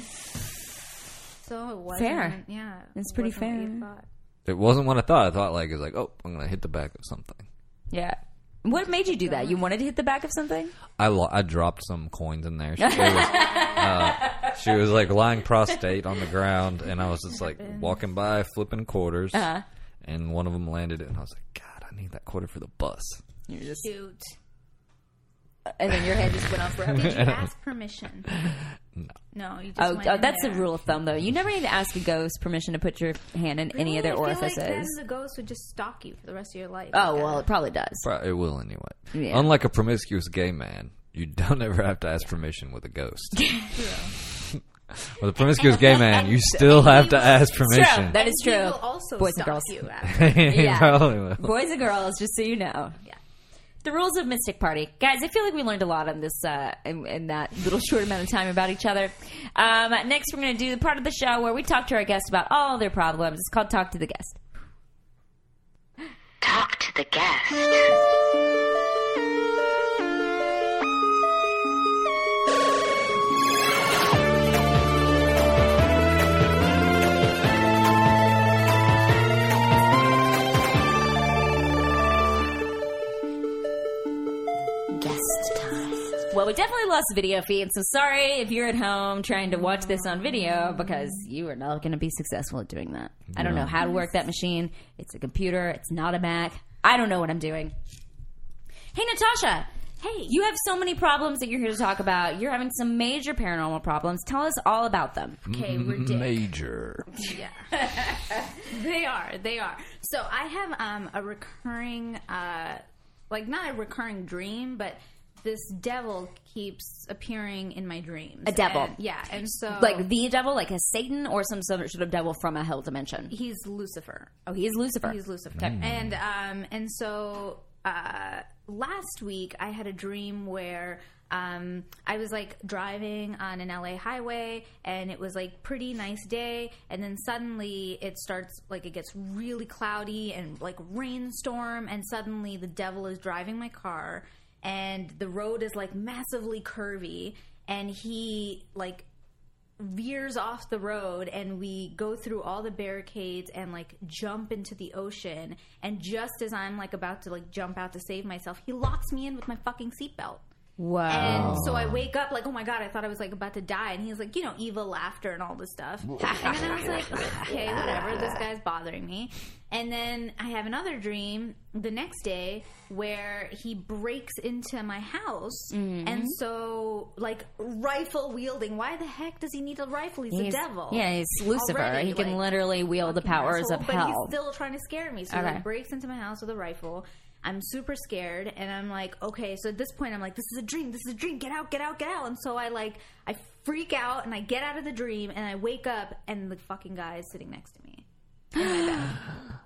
[SPEAKER 5] So it wasn't.
[SPEAKER 3] Fair.
[SPEAKER 5] Yeah,
[SPEAKER 3] It's
[SPEAKER 5] it
[SPEAKER 3] pretty
[SPEAKER 5] wasn't what
[SPEAKER 3] fair.
[SPEAKER 5] you thought.
[SPEAKER 4] It wasn't what I thought. I thought like it was like, oh, I'm gonna hit the back of something.
[SPEAKER 3] Yeah. What made you do that? You wanted to hit the back of something?
[SPEAKER 4] I lo- I dropped some coins in there. She
[SPEAKER 3] *laughs*
[SPEAKER 4] was, uh, she was like lying prostrate on the ground, and I was just like walking by, flipping quarters,
[SPEAKER 3] Uh-huh.
[SPEAKER 4] and one of them landed, and I was like, God, I need that quarter for the bus.
[SPEAKER 5] Shoot.
[SPEAKER 3] And then your head just went off forever.
[SPEAKER 5] Did you ask permission? No. No, you just
[SPEAKER 3] Oh,
[SPEAKER 5] went
[SPEAKER 3] oh,
[SPEAKER 5] in
[SPEAKER 3] that's the
[SPEAKER 5] there.
[SPEAKER 3] rule of thumb, though. You never need to ask a ghost permission to put your hand in any
[SPEAKER 5] Really?
[SPEAKER 3] other
[SPEAKER 5] I feel like
[SPEAKER 3] orifices.
[SPEAKER 5] then the ghost would just stalk you for the rest of your life.
[SPEAKER 3] Oh
[SPEAKER 5] Like,
[SPEAKER 3] well,
[SPEAKER 5] uh,
[SPEAKER 3] it probably does.
[SPEAKER 4] Pro- It will anyway.
[SPEAKER 3] Yeah.
[SPEAKER 4] Unlike a promiscuous gay man, you don't *laughs* ever have to ask permission with a
[SPEAKER 5] *laughs*
[SPEAKER 4] ghost. with a promiscuous gay man,
[SPEAKER 5] *laughs*
[SPEAKER 4] you still have to ask permission.
[SPEAKER 3] That is
[SPEAKER 5] he
[SPEAKER 3] true.
[SPEAKER 5] will also
[SPEAKER 3] Boys and
[SPEAKER 5] stalk
[SPEAKER 3] girls,
[SPEAKER 5] you. After.
[SPEAKER 4] *laughs* You
[SPEAKER 3] Yeah.
[SPEAKER 4] probably will.
[SPEAKER 3] boys and girls, just so you know.
[SPEAKER 5] Yeah.
[SPEAKER 3] The rules of Mystic Party, guys. I feel like we learned a lot on this uh, in, in that little short amount of time about each other. Um, next, we're going to do the part of the show where we talk to our guests about all their problems. It's called Talk to the Guest.
[SPEAKER 2] Talk to the guest.
[SPEAKER 3] Guest time. Well, we definitely lost video feeds. So sorry if you're at home trying to watch this on video because you are not going to be successful at doing that. I don't know how to work that machine. It's a computer. It's not a Mac. I don't know what I'm doing. Hey, Natasha. Hey. You have so many problems that you're here to talk about. You're having some major paranormal problems. Tell us all about them.
[SPEAKER 5] Okay, we're
[SPEAKER 4] *laughs*
[SPEAKER 5] dick.
[SPEAKER 4] Major.
[SPEAKER 5] *laughs* They are. They are. So I have um, a recurring, uh, like not a recurring dream, but this devil keeps appearing in my dreams.
[SPEAKER 3] A devil.
[SPEAKER 5] And- yeah, and so
[SPEAKER 3] Like the devil, like a Satan, or some sort of devil from a hell dimension.
[SPEAKER 5] he's Lucifer.
[SPEAKER 3] Oh, he is Lucifer.
[SPEAKER 5] He's Lucifer. And um and so uh last week I had a dream where um I was like driving on an LA highway and it was like pretty nice day and then suddenly it starts like it gets really cloudy and like rainstorm and suddenly the devil is driving my car and the road is like massively curvy and he like veers off the road and we go through all the barricades and like jump into the ocean and just as I'm like about to like jump out to save myself, he locks me in with my fucking seatbelt.
[SPEAKER 3] Wow.
[SPEAKER 5] And Um, so I wake up like, oh my god, I thought I was like about to die. And he's like, you know, evil laughter and all this stuff. *laughs* and then I was like, okay, whatever, this guy's bothering me. And then I have another dream the next day where he breaks into my house.
[SPEAKER 3] Mm-hmm.
[SPEAKER 5] And so, like, rifle wielding. Why the heck does he need a rifle? He's, the
[SPEAKER 3] He's-
[SPEAKER 5] devil.
[SPEAKER 3] Yeah, he's Lucifer.
[SPEAKER 5] Already,
[SPEAKER 3] he can
[SPEAKER 5] like,
[SPEAKER 3] literally wield the powers
[SPEAKER 5] asshole,
[SPEAKER 3] of
[SPEAKER 5] but
[SPEAKER 3] hell.
[SPEAKER 5] he's still trying to scare me. So he
[SPEAKER 3] Okay.
[SPEAKER 5] like, breaks into my house with a rifle. I'm super scared, and I'm like, okay. So at this point, I'm like, this is a dream. This is a dream. Get out, get out, get out. And so I like, I freak out, and I get out of the dream, and I wake up, and the fucking guy is sitting next to me,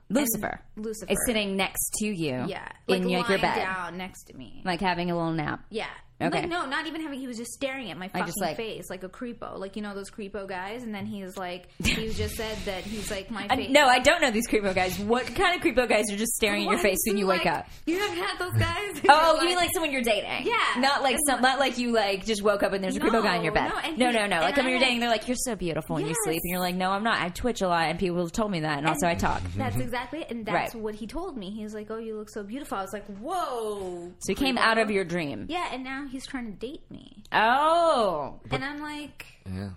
[SPEAKER 3] Lucifer
[SPEAKER 5] Lucifer,
[SPEAKER 3] is sitting next to you.
[SPEAKER 5] yeah, like
[SPEAKER 3] in like,
[SPEAKER 5] lying
[SPEAKER 3] your bed,
[SPEAKER 5] down next to me,
[SPEAKER 3] like having a little nap.
[SPEAKER 5] yeah.
[SPEAKER 3] Okay.
[SPEAKER 5] Like, no, not even having. He was just staring at my fucking
[SPEAKER 3] just, like-
[SPEAKER 5] face, like a creepo, like you know those creepo guys. And then he's
[SPEAKER 3] *laughs*
[SPEAKER 5] like, he just said that he's like my
[SPEAKER 3] I-
[SPEAKER 5] face.
[SPEAKER 3] no, I don't know these creepo guys. What kind of creepo guys are just staring at
[SPEAKER 5] *laughs*
[SPEAKER 3] your
[SPEAKER 5] What?
[SPEAKER 3] face when
[SPEAKER 5] So,
[SPEAKER 3] you wake
[SPEAKER 5] like,
[SPEAKER 3] up?
[SPEAKER 5] You haven't had those guys. *laughs*
[SPEAKER 3] Oh, you mean like someone you're dating?
[SPEAKER 5] Yeah.
[SPEAKER 3] Not like some, not like you like just woke up and there's a creepo guy in your bed.
[SPEAKER 5] no, and
[SPEAKER 3] no,
[SPEAKER 5] he-
[SPEAKER 3] no, no. Like
[SPEAKER 5] and
[SPEAKER 3] someone
[SPEAKER 5] I,
[SPEAKER 3] you're
[SPEAKER 5] like-
[SPEAKER 3] dating, they're like, "You're so beautiful when you sleep,"
[SPEAKER 5] Yes.
[SPEAKER 3] and you're like, "No, I'm not. I twitch a lot, and people have told me that, and also I talk."
[SPEAKER 5] That's exactly, it. and that's
[SPEAKER 3] Mm-hmm, Right.
[SPEAKER 5] what he told me. He's like, "Oh, you look so beautiful." I was like, "Whoa!"
[SPEAKER 3] So you came out of your dream.
[SPEAKER 5] Yeah, and now he's trying to date me,
[SPEAKER 3] Oh,
[SPEAKER 5] and I'm like,
[SPEAKER 4] Yeah.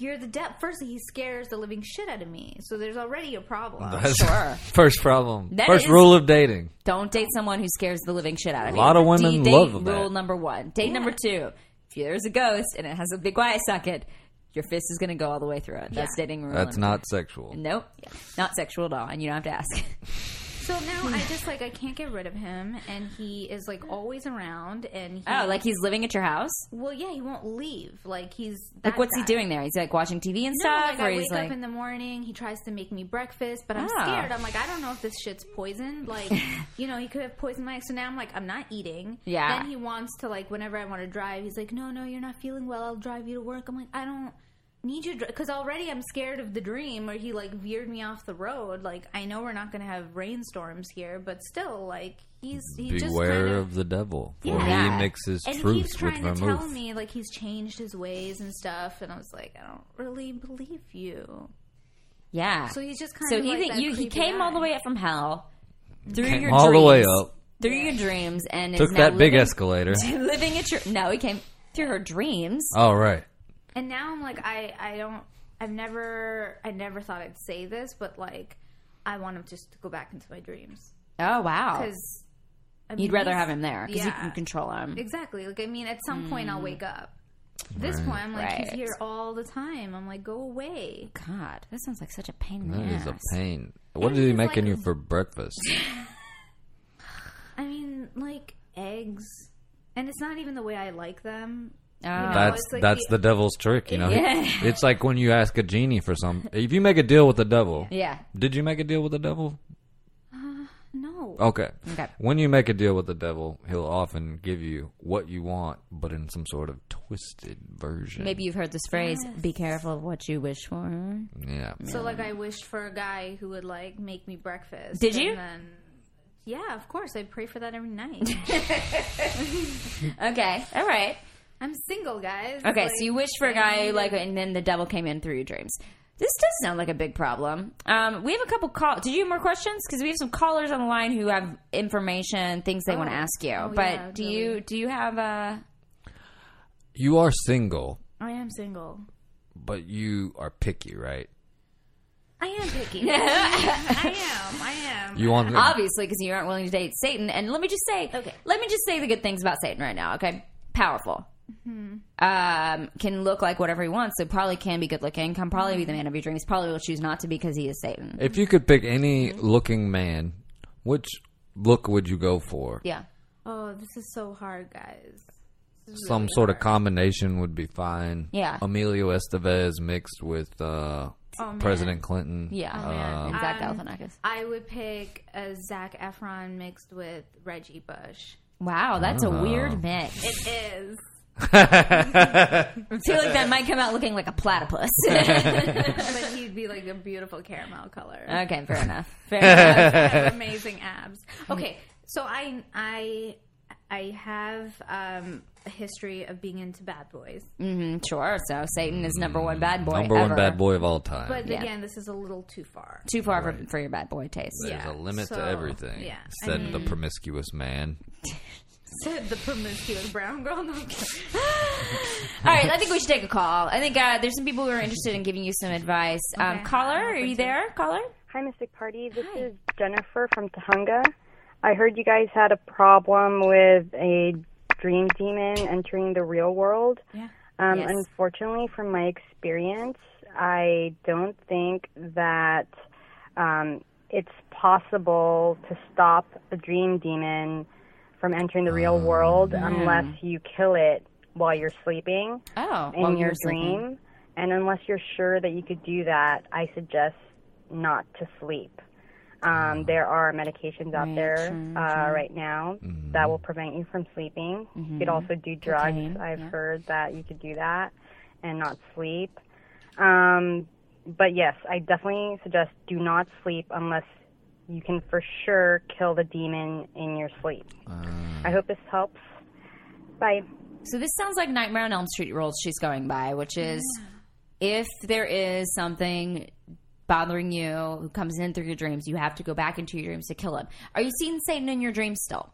[SPEAKER 5] "You're the depth." First, he scares the living shit out of me, so there's already a problem.
[SPEAKER 4] *laughs*
[SPEAKER 3] sure.
[SPEAKER 4] First problem.
[SPEAKER 3] That
[SPEAKER 4] First
[SPEAKER 3] is-
[SPEAKER 4] rule of dating.
[SPEAKER 3] Don't date someone who scares the living shit out of you.
[SPEAKER 4] lot of women
[SPEAKER 3] D- date
[SPEAKER 4] love that.
[SPEAKER 3] Rule number one. Date number two. If there's a ghost and it has a big Y socket, your fist is going to go all the way through it. That's dating rule.
[SPEAKER 4] That's
[SPEAKER 3] number-
[SPEAKER 4] not sexual.
[SPEAKER 3] Nope. Not sexual at all, and you don't have to ask. *laughs*
[SPEAKER 5] So now I just like I can't get rid of him, and he is like always around, and he,
[SPEAKER 3] Oh, like he's living at your house?
[SPEAKER 5] well, yeah, he won't leave. Like he's
[SPEAKER 3] Like,
[SPEAKER 5] that
[SPEAKER 3] what's he
[SPEAKER 5] guy.
[SPEAKER 3] doing there? He's like watching TV and
[SPEAKER 5] No,
[SPEAKER 3] stuff,
[SPEAKER 5] like I
[SPEAKER 3] or he's
[SPEAKER 5] wake
[SPEAKER 3] like,
[SPEAKER 5] up in the morning, he tries to make me breakfast, but I'm
[SPEAKER 3] Ah.
[SPEAKER 5] scared. I'm like, I don't know if this shit's
[SPEAKER 3] *laughs*
[SPEAKER 5] poisoned. Like, you know, he could have poisoned my eggs. So now I'm like, I'm not eating.
[SPEAKER 3] Yeah.
[SPEAKER 5] Then he wants to like, whenever I want to drive, he's like, No, no, you're not feeling well. I'll drive you to work. I'm like, I don't need you because already I'm scared of the dream where he like veered me off the road. Like, I know we're not going to have rainstorms here, but still, like, he's he just kind
[SPEAKER 4] Beware of the devil, for
[SPEAKER 5] Yeah.
[SPEAKER 4] he mixes
[SPEAKER 5] and he keeps
[SPEAKER 4] truth with
[SPEAKER 5] trying to tell
[SPEAKER 4] vermouth.
[SPEAKER 5] me like he's changed his ways and stuff, and I was like, I don't really believe you.
[SPEAKER 3] yeah.
[SPEAKER 5] So he's just kind
[SPEAKER 3] So
[SPEAKER 5] of
[SPEAKER 3] he
[SPEAKER 5] like
[SPEAKER 3] think
[SPEAKER 5] that
[SPEAKER 3] you he
[SPEAKER 5] creepy
[SPEAKER 3] came
[SPEAKER 5] guy.
[SPEAKER 3] all the way up from hell through
[SPEAKER 4] Came
[SPEAKER 3] your
[SPEAKER 4] all the way
[SPEAKER 3] dreams-
[SPEAKER 4] up.
[SPEAKER 3] through your dreams and
[SPEAKER 4] Took
[SPEAKER 3] is now
[SPEAKER 4] that big
[SPEAKER 3] living,
[SPEAKER 5] *laughs*
[SPEAKER 4] escalator.
[SPEAKER 3] *laughs* living at your no, he came through her dreams.
[SPEAKER 4] All right.
[SPEAKER 5] And now I'm like, I I don't, I've never, I never thought I'd say this, but like, I want him just to go back into my dreams
[SPEAKER 3] Oh wow,
[SPEAKER 5] because
[SPEAKER 3] You'd rather have him there because you
[SPEAKER 5] Yeah.
[SPEAKER 3] can control him.
[SPEAKER 5] Exactly. Like, I mean, at some point I'll wake up. At this point, I'm like, he's
[SPEAKER 3] Right.
[SPEAKER 5] here all the time. I'm like, go away.
[SPEAKER 3] God, that sounds like such a pain in the
[SPEAKER 4] That is
[SPEAKER 3] ass.
[SPEAKER 4] a pain. What did he
[SPEAKER 5] he's
[SPEAKER 4] make in
[SPEAKER 5] like-
[SPEAKER 4] you for breakfast?
[SPEAKER 5] I mean, like eggs, and it's not even the way I like them.
[SPEAKER 3] Oh.
[SPEAKER 4] That's
[SPEAKER 5] it's like
[SPEAKER 4] that's the,
[SPEAKER 5] the-
[SPEAKER 4] devil's trick, you know. *laughs* It's like when you ask a genie for some. If you make a deal with the devil,
[SPEAKER 3] yeah.
[SPEAKER 4] did you make a deal with the devil?
[SPEAKER 5] No.
[SPEAKER 4] Okay.
[SPEAKER 3] Okay.
[SPEAKER 4] When you make a deal with the devil, he'll often give you what you want, but in some sort of twisted version.
[SPEAKER 3] Maybe you've heard this phrase: "Be careful of what you wish for."
[SPEAKER 4] Yeah.
[SPEAKER 5] So like, I wished for a guy who would like make me breakfast.
[SPEAKER 3] Did
[SPEAKER 5] and
[SPEAKER 3] you?
[SPEAKER 5] then- yeah, of course. I pray for that
[SPEAKER 3] *laughs*
[SPEAKER 5] every night.
[SPEAKER 3] Okay. All right.
[SPEAKER 5] I'm single, guys.
[SPEAKER 3] Okay.
[SPEAKER 5] Like,
[SPEAKER 3] so you wish for a guy who, like, and then the devil came in through your dreams. This does sound like a big problem. Um, we have a couple call. Did you have more questions? Because we have some callers on the line who Oh. have information, things they want to ask you. but
[SPEAKER 5] yeah,
[SPEAKER 3] do you do you have uh,
[SPEAKER 4] You are single,
[SPEAKER 5] I am single.
[SPEAKER 4] but you are picky, right?
[SPEAKER 5] I
[SPEAKER 3] *laughs*
[SPEAKER 5] am picky. I am. I am.
[SPEAKER 4] You want
[SPEAKER 3] Obviously, because you aren't willing to date Satan. And let me just say,
[SPEAKER 5] Okay.
[SPEAKER 3] let me just say the good things about Satan right now. Okay, powerful.
[SPEAKER 5] Mm-hmm.
[SPEAKER 3] Um, can look like whatever he wants. So probably can be good looking. Can probably be the man of your dreams. Probably will choose not to because he is Satan.
[SPEAKER 4] if you could pick any looking man, which look would you go for?
[SPEAKER 3] Yeah.
[SPEAKER 5] Oh, this is so hard, guys.
[SPEAKER 4] Some sort of combination would be fine.
[SPEAKER 3] Yeah.
[SPEAKER 4] Emilio Estevez mixed with uh,
[SPEAKER 5] Oh, man.
[SPEAKER 4] President Clinton.
[SPEAKER 3] Yeah.
[SPEAKER 5] Oh, man.
[SPEAKER 3] and Zach
[SPEAKER 5] Um,
[SPEAKER 3] Galifianakis.
[SPEAKER 5] I would pick a Zach Efron mixed with Reggie Bush.
[SPEAKER 3] Wow, that's
[SPEAKER 4] Oh.
[SPEAKER 3] a weird mix.
[SPEAKER 5] It is.
[SPEAKER 3] I feel like that might come out looking like a
[SPEAKER 5] *laughs*
[SPEAKER 3] platypus.
[SPEAKER 5] *laughs*
[SPEAKER 3] *laughs*
[SPEAKER 5] but he'd be like a beautiful caramel color.
[SPEAKER 3] okay, fair enough.
[SPEAKER 4] *laughs*
[SPEAKER 3] Fair enough.
[SPEAKER 5] Have amazing
[SPEAKER 3] *laughs*
[SPEAKER 5] abs. Okay, so I I I have um, a history of being into bad boys,
[SPEAKER 3] Mm, sure. So Satan is number one bad boy.
[SPEAKER 4] Number
[SPEAKER 3] ever.
[SPEAKER 4] one bad boy of all time.
[SPEAKER 5] but
[SPEAKER 3] Yeah.
[SPEAKER 5] again, this is a little too far.
[SPEAKER 3] Too far for, for your bad boy taste.
[SPEAKER 4] There's
[SPEAKER 5] yeah,
[SPEAKER 4] a limit
[SPEAKER 5] so,
[SPEAKER 4] to everything.
[SPEAKER 5] yeah, I
[SPEAKER 4] Said the promiscuous man.
[SPEAKER 5] Said the promiscuous brown girl. No, I'm kidding.
[SPEAKER 3] All right, I think we should take a call. I think uh, there's some people who are interested in giving you some advice. Um,
[SPEAKER 5] Okay.
[SPEAKER 3] caller, are you there? Caller?
[SPEAKER 7] Hi, Mystic Party. This is Jennifer from Tahunga. I heard you guys had a problem with a dream demon entering the real world.
[SPEAKER 5] Yeah.
[SPEAKER 7] Um,
[SPEAKER 3] Yes.
[SPEAKER 7] Unfortunately, from my experience, I don't think that um, it's possible to stop a dream demon from entering the real world unless you kill it while you're sleeping
[SPEAKER 3] Oh,
[SPEAKER 7] in your dream. And unless you're sure that you could do that, I suggest not to sleep.
[SPEAKER 3] Mm.
[SPEAKER 7] Um, there are medications out there uh, right now that will prevent you from sleeping. You could also do drugs.
[SPEAKER 3] Mm-hmm. Cocaine,
[SPEAKER 7] I've
[SPEAKER 3] yeah.
[SPEAKER 7] heard that you could do that and not sleep. Um, but yes, I definitely suggest do not sleep unless you can for sure kill the demon in your sleep. I hope this helps. Bye.
[SPEAKER 3] So this sounds like Nightmare on Elm Street rules she's going by, which is if there is something bothering you who comes in through your dreams, you have to go back into your dreams to kill him. Are you seeing Satan in your dreams still?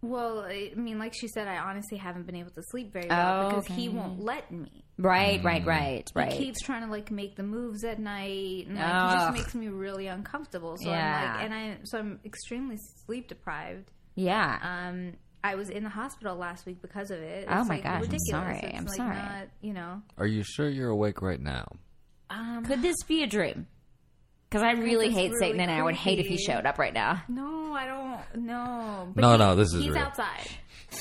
[SPEAKER 5] Well, I mean, like she said, I honestly haven't been able to sleep very well
[SPEAKER 3] Oh,
[SPEAKER 5] because he
[SPEAKER 3] okay.
[SPEAKER 5] won't let me.
[SPEAKER 3] Right, right, right, right.
[SPEAKER 5] He Mm. keeps trying to like make the moves at night, and like, he
[SPEAKER 3] Ugh.
[SPEAKER 5] just makes me really uncomfortable. So I'm
[SPEAKER 3] Yeah.
[SPEAKER 5] like, and I so I'm extremely sleep deprived.
[SPEAKER 3] yeah.
[SPEAKER 5] Um, I was in the hospital last week because of it. It's
[SPEAKER 3] Oh my
[SPEAKER 5] like,
[SPEAKER 3] gosh, I'm
[SPEAKER 5] ridiculous.
[SPEAKER 3] sorry,
[SPEAKER 5] It's
[SPEAKER 3] I'm
[SPEAKER 5] like
[SPEAKER 3] sorry.
[SPEAKER 5] Not, you know,
[SPEAKER 4] Are you sure you're awake right now?
[SPEAKER 3] Could this be a dream? Because I really
[SPEAKER 5] it's
[SPEAKER 3] hate
[SPEAKER 5] Uh, really
[SPEAKER 3] Satan, and I would hate if he
[SPEAKER 5] creepy.
[SPEAKER 3] showed up right now.
[SPEAKER 5] no, I don't. No,
[SPEAKER 4] No,
[SPEAKER 5] he-
[SPEAKER 4] no, this is
[SPEAKER 5] he's
[SPEAKER 4] real.
[SPEAKER 5] outside.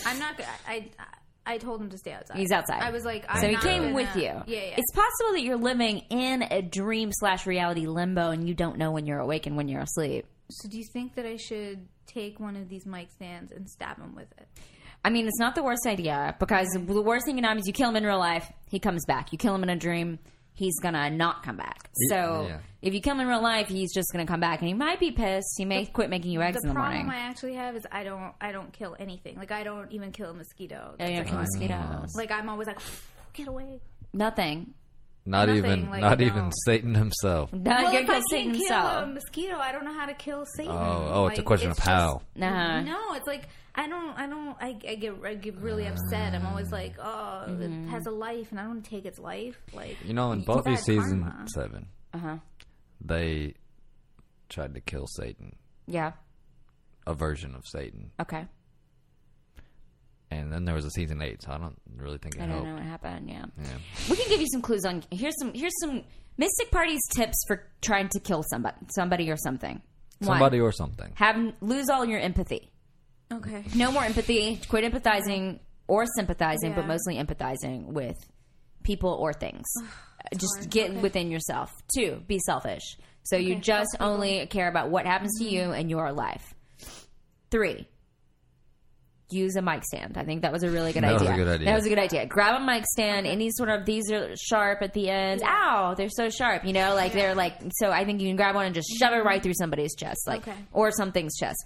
[SPEAKER 5] I'm not. go- I, I I told him to stay outside.
[SPEAKER 3] He's outside.
[SPEAKER 5] I was like, I'm
[SPEAKER 3] So he
[SPEAKER 5] not
[SPEAKER 3] came
[SPEAKER 5] gonna-
[SPEAKER 3] with you.
[SPEAKER 5] Yeah, yeah.
[SPEAKER 3] It's possible that you're living in a dream slash reality limbo, and you don't know when you're awake and when you're asleep.
[SPEAKER 5] so do you think that I should take one of these mic stands and stab him with it?
[SPEAKER 3] I mean, it's not the worst idea because the worst thing you know is you kill him in real life, he comes back. You kill him in a dream, he's gonna not come back. So
[SPEAKER 4] yeah.
[SPEAKER 3] if you kill him in real life, he's just gonna come back, and he might be pissed. He may quit making you eggs
[SPEAKER 5] the
[SPEAKER 3] in the
[SPEAKER 5] problem
[SPEAKER 3] morning.
[SPEAKER 5] I actually have is I don't I don't kill anything. Like I don't even kill a mosquito.
[SPEAKER 3] Yeah, yeah, mosquitoes.
[SPEAKER 5] Like I'm always like, *sighs* get away.
[SPEAKER 3] Nothing.
[SPEAKER 4] Not
[SPEAKER 5] Nothing,
[SPEAKER 4] even
[SPEAKER 5] like,
[SPEAKER 4] not
[SPEAKER 5] no. Mm-hmm.
[SPEAKER 4] even Satan himself.
[SPEAKER 3] No,
[SPEAKER 5] well,
[SPEAKER 3] you're
[SPEAKER 5] if I
[SPEAKER 3] gonna Uh,
[SPEAKER 5] can't
[SPEAKER 3] Satan
[SPEAKER 5] kill
[SPEAKER 3] himself.
[SPEAKER 5] a mosquito, I don't know how to kill Satan.
[SPEAKER 4] Oh, oh, it's a question of how.
[SPEAKER 3] Nah.
[SPEAKER 5] No, it's like I don't, I don't, I, I get, I get really upset. I'm always like, oh,
[SPEAKER 3] Mm-hmm.
[SPEAKER 5] it has a life, and I don't wanna take its life. Like
[SPEAKER 4] You know, in
[SPEAKER 5] it's
[SPEAKER 4] Buffy
[SPEAKER 5] bad
[SPEAKER 4] season
[SPEAKER 5] karma.
[SPEAKER 4] seven,
[SPEAKER 3] Uh-huh.
[SPEAKER 4] they tried to kill Satan,
[SPEAKER 3] Yeah.
[SPEAKER 4] a version of Satan,
[SPEAKER 3] Okay.
[SPEAKER 4] and then there was a season eight. So I don't really think it
[SPEAKER 3] I don't
[SPEAKER 4] helped.
[SPEAKER 3] know what happened. Yeah.
[SPEAKER 4] Yeah.
[SPEAKER 3] we can give you some clues on. Here's some. Here's some Mystic Party's tips for trying to kill somebody, somebody or something. One,
[SPEAKER 4] Somebody or something.
[SPEAKER 3] have lose all your empathy.
[SPEAKER 5] Okay,
[SPEAKER 3] No more empathy. Quit empathizing or sympathizing, but
[SPEAKER 5] Yeah.
[SPEAKER 3] mostly empathizing with people or things. Uh, just get within yourself. Two, be selfish. So you just only care about what happens to you and your life. Three. Use a mic stand. I think that was a really good
[SPEAKER 4] That was
[SPEAKER 3] idea.
[SPEAKER 4] a good idea.
[SPEAKER 3] That was a good idea. Grab a mic stand. Any sort of these are sharp at the end. Ow, they're so sharp. You know, like they're like. So I think you can grab one and just shove it right through somebody's chest, like
[SPEAKER 5] Okay.
[SPEAKER 3] or something's chest.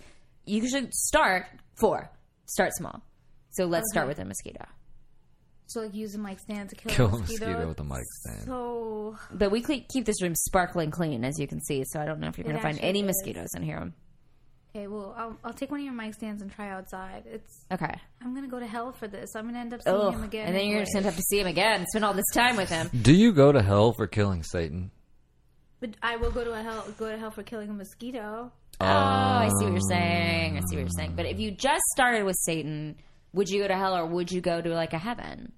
[SPEAKER 3] You should start four. Start small. So let's start with a mosquito.
[SPEAKER 5] so like use a mic stand to kill,
[SPEAKER 4] Kill
[SPEAKER 5] a
[SPEAKER 4] a
[SPEAKER 5] mosquito.
[SPEAKER 4] mosquito with a mic stand.
[SPEAKER 5] So
[SPEAKER 3] But we cle- keep this room sparkling clean, as you can see. So I don't know if you're going to find
[SPEAKER 5] actually
[SPEAKER 3] any
[SPEAKER 5] is.
[SPEAKER 3] mosquitoes in here.
[SPEAKER 5] Okay, well, I'll, I'll take one of your mic stands and try outside. It's
[SPEAKER 3] Okay.
[SPEAKER 5] I'm gonna go to hell for this. I'm gonna end up seeing
[SPEAKER 3] Ugh.
[SPEAKER 5] him again.
[SPEAKER 3] and then you're
[SPEAKER 5] anyway.
[SPEAKER 3] just gonna have to see him again. Spend all this time with him.
[SPEAKER 4] Do you go to hell for killing Satan?
[SPEAKER 5] But I will go to a hell go to hell for killing a mosquito.
[SPEAKER 3] Oh, I see what you're saying. I see what you're saying. But if you just started with Satan, would you go to hell or would you go to like a heaven?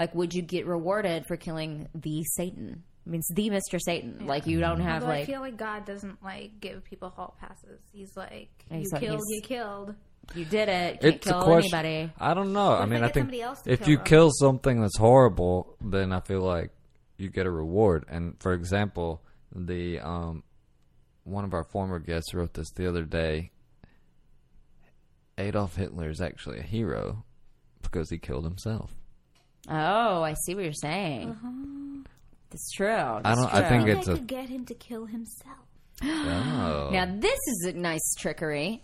[SPEAKER 3] Like, would you get rewarded for killing the Satan? I mean, it's the Mister Satan. Like, you don't have
[SPEAKER 5] Although I
[SPEAKER 3] like
[SPEAKER 5] feel like God doesn't like give people hall passes. He's like,
[SPEAKER 3] He's
[SPEAKER 5] you
[SPEAKER 3] like-
[SPEAKER 5] killed,
[SPEAKER 3] he's-
[SPEAKER 5] you killed.
[SPEAKER 3] you did it. Can't
[SPEAKER 4] It's a
[SPEAKER 3] kill
[SPEAKER 4] question.
[SPEAKER 3] anybody.
[SPEAKER 4] I don't know. I
[SPEAKER 5] if I
[SPEAKER 4] mean, I
[SPEAKER 5] get
[SPEAKER 4] think
[SPEAKER 5] somebody else to
[SPEAKER 4] if
[SPEAKER 5] kill
[SPEAKER 4] you
[SPEAKER 5] them?
[SPEAKER 4] kill something that's horrible, then I feel like you get a reward. And for example, the um, one of our former guests wrote this the other day. Adolf Hitler is actually a hero because he killed
[SPEAKER 5] *gasps*
[SPEAKER 4] himself.
[SPEAKER 3] Oh, I see what you're saying.
[SPEAKER 5] Uh-huh.
[SPEAKER 3] That's true.
[SPEAKER 4] I
[SPEAKER 3] That's
[SPEAKER 4] don't. I
[SPEAKER 3] true.
[SPEAKER 4] think
[SPEAKER 5] I
[SPEAKER 4] it's a.
[SPEAKER 5] could get him to kill himself.
[SPEAKER 4] Oh.
[SPEAKER 3] Now this is a nice trickery.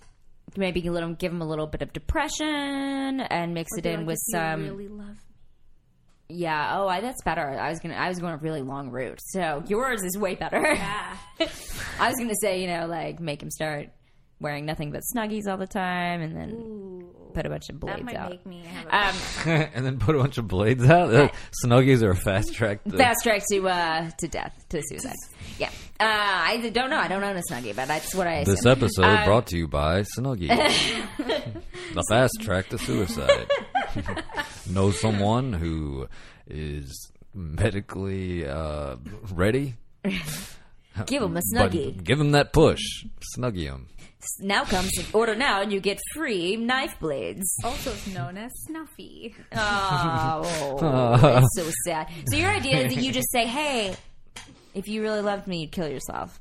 [SPEAKER 3] Maybe you let him give him a little bit of depression and mix
[SPEAKER 5] Or
[SPEAKER 3] it
[SPEAKER 5] be
[SPEAKER 3] in
[SPEAKER 5] like,
[SPEAKER 3] with
[SPEAKER 5] if you
[SPEAKER 3] some.
[SPEAKER 5] really love me.
[SPEAKER 3] yeah. Oh, I, that's better. I was gonna. I was going a really long route. So yours is way better. *laughs* I was gonna say, you know, like make him start wearing nothing but snuggies all the time, and then put a bunch of blades
[SPEAKER 5] That might
[SPEAKER 3] out.
[SPEAKER 5] make me have a
[SPEAKER 3] Um,
[SPEAKER 4] *laughs* and then put a bunch of blades out. Uh, Snuggies are a fast track. To,
[SPEAKER 3] fast track to uh, to death
[SPEAKER 5] *laughs*
[SPEAKER 3] to suicide. Yeah. Uh, I don't know. I don't own a snuggie, but that's what I.
[SPEAKER 4] This
[SPEAKER 3] assume.
[SPEAKER 4] episode brought to you by Snuggie.
[SPEAKER 3] *laughs*
[SPEAKER 4] the fast track to suicide. know someone who is medically uh, ready?
[SPEAKER 3] Give him a
[SPEAKER 4] But
[SPEAKER 3] snuggie.
[SPEAKER 4] give him that push. Snuggie him.
[SPEAKER 3] now comes an order now and you get free knife blades.
[SPEAKER 5] also known as Snuffy.
[SPEAKER 4] *laughs*
[SPEAKER 3] Oh, that's so sad. So your idea is that you just say, "Hey, if you really loved me, you'd kill yourself."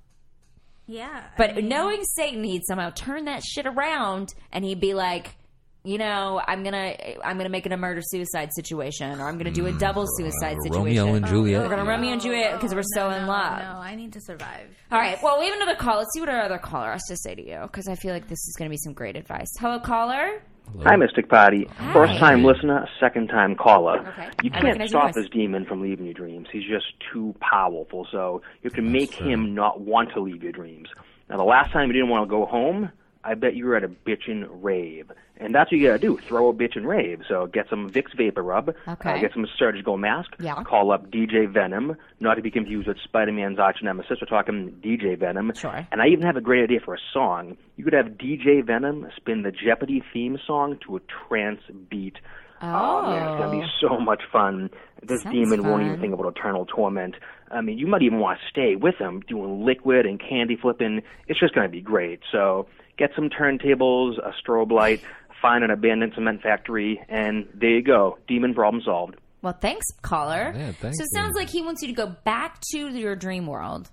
[SPEAKER 5] Yeah,
[SPEAKER 3] But knowing Satan, he'd somehow turn that shit around and he'd be like, "You know, I'm gonna, I'm gonna make it a murder suicide situation, or I'm gonna do a double suicide situation."
[SPEAKER 4] Mm, uh,
[SPEAKER 3] Oh,
[SPEAKER 4] Romeo and Juliet.
[SPEAKER 3] We're gonna Romeo and Juliet because we're so in love.
[SPEAKER 5] No, I need to survive.
[SPEAKER 3] All right. Well, we have another call. Let's see what our other caller has to say to you because I feel like this is gonna be some great advice. Hello, caller.
[SPEAKER 8] Hi, Mystic Potty. First time listener, second time caller.
[SPEAKER 3] Okay.
[SPEAKER 8] You
[SPEAKER 3] I
[SPEAKER 8] can't
[SPEAKER 3] recognize your
[SPEAKER 8] stop
[SPEAKER 3] voice.
[SPEAKER 8] this demon from leaving your dreams. He's just too powerful, so you can make him not want to leave your dreams. Now, the last time you didn't want to go home, I bet you were at a bitchin' rave. And that's what you gotta do, throw a bitchin' rave. So get some Vicks Vapor Rub,
[SPEAKER 3] Okay.
[SPEAKER 8] uh, get some surgical mask,
[SPEAKER 3] Yeah.
[SPEAKER 8] call up DJ Venom, not to be confused with Spider-Man's arch nemesis, we're talking DJ Venom.
[SPEAKER 3] Sure.
[SPEAKER 8] And I even have a great idea for a song. You could have DJ Venom spin the Jeopardy theme song to a trance beat. Oh, man, it's gonna be so much fun. This
[SPEAKER 3] Sounds
[SPEAKER 8] demon won't
[SPEAKER 3] fun.
[SPEAKER 8] even think about eternal torment. I mean, you might even want to stay with him, doing liquid and candy flipping. It's just gonna be great. So get some turntables, a strobe light, find an abandoned cement factory, and there you go. Demon problem solved.
[SPEAKER 3] Well, thanks, caller.
[SPEAKER 4] Yeah, thank
[SPEAKER 3] So it sounds
[SPEAKER 4] you.
[SPEAKER 3] like he wants you to go back to your dream world.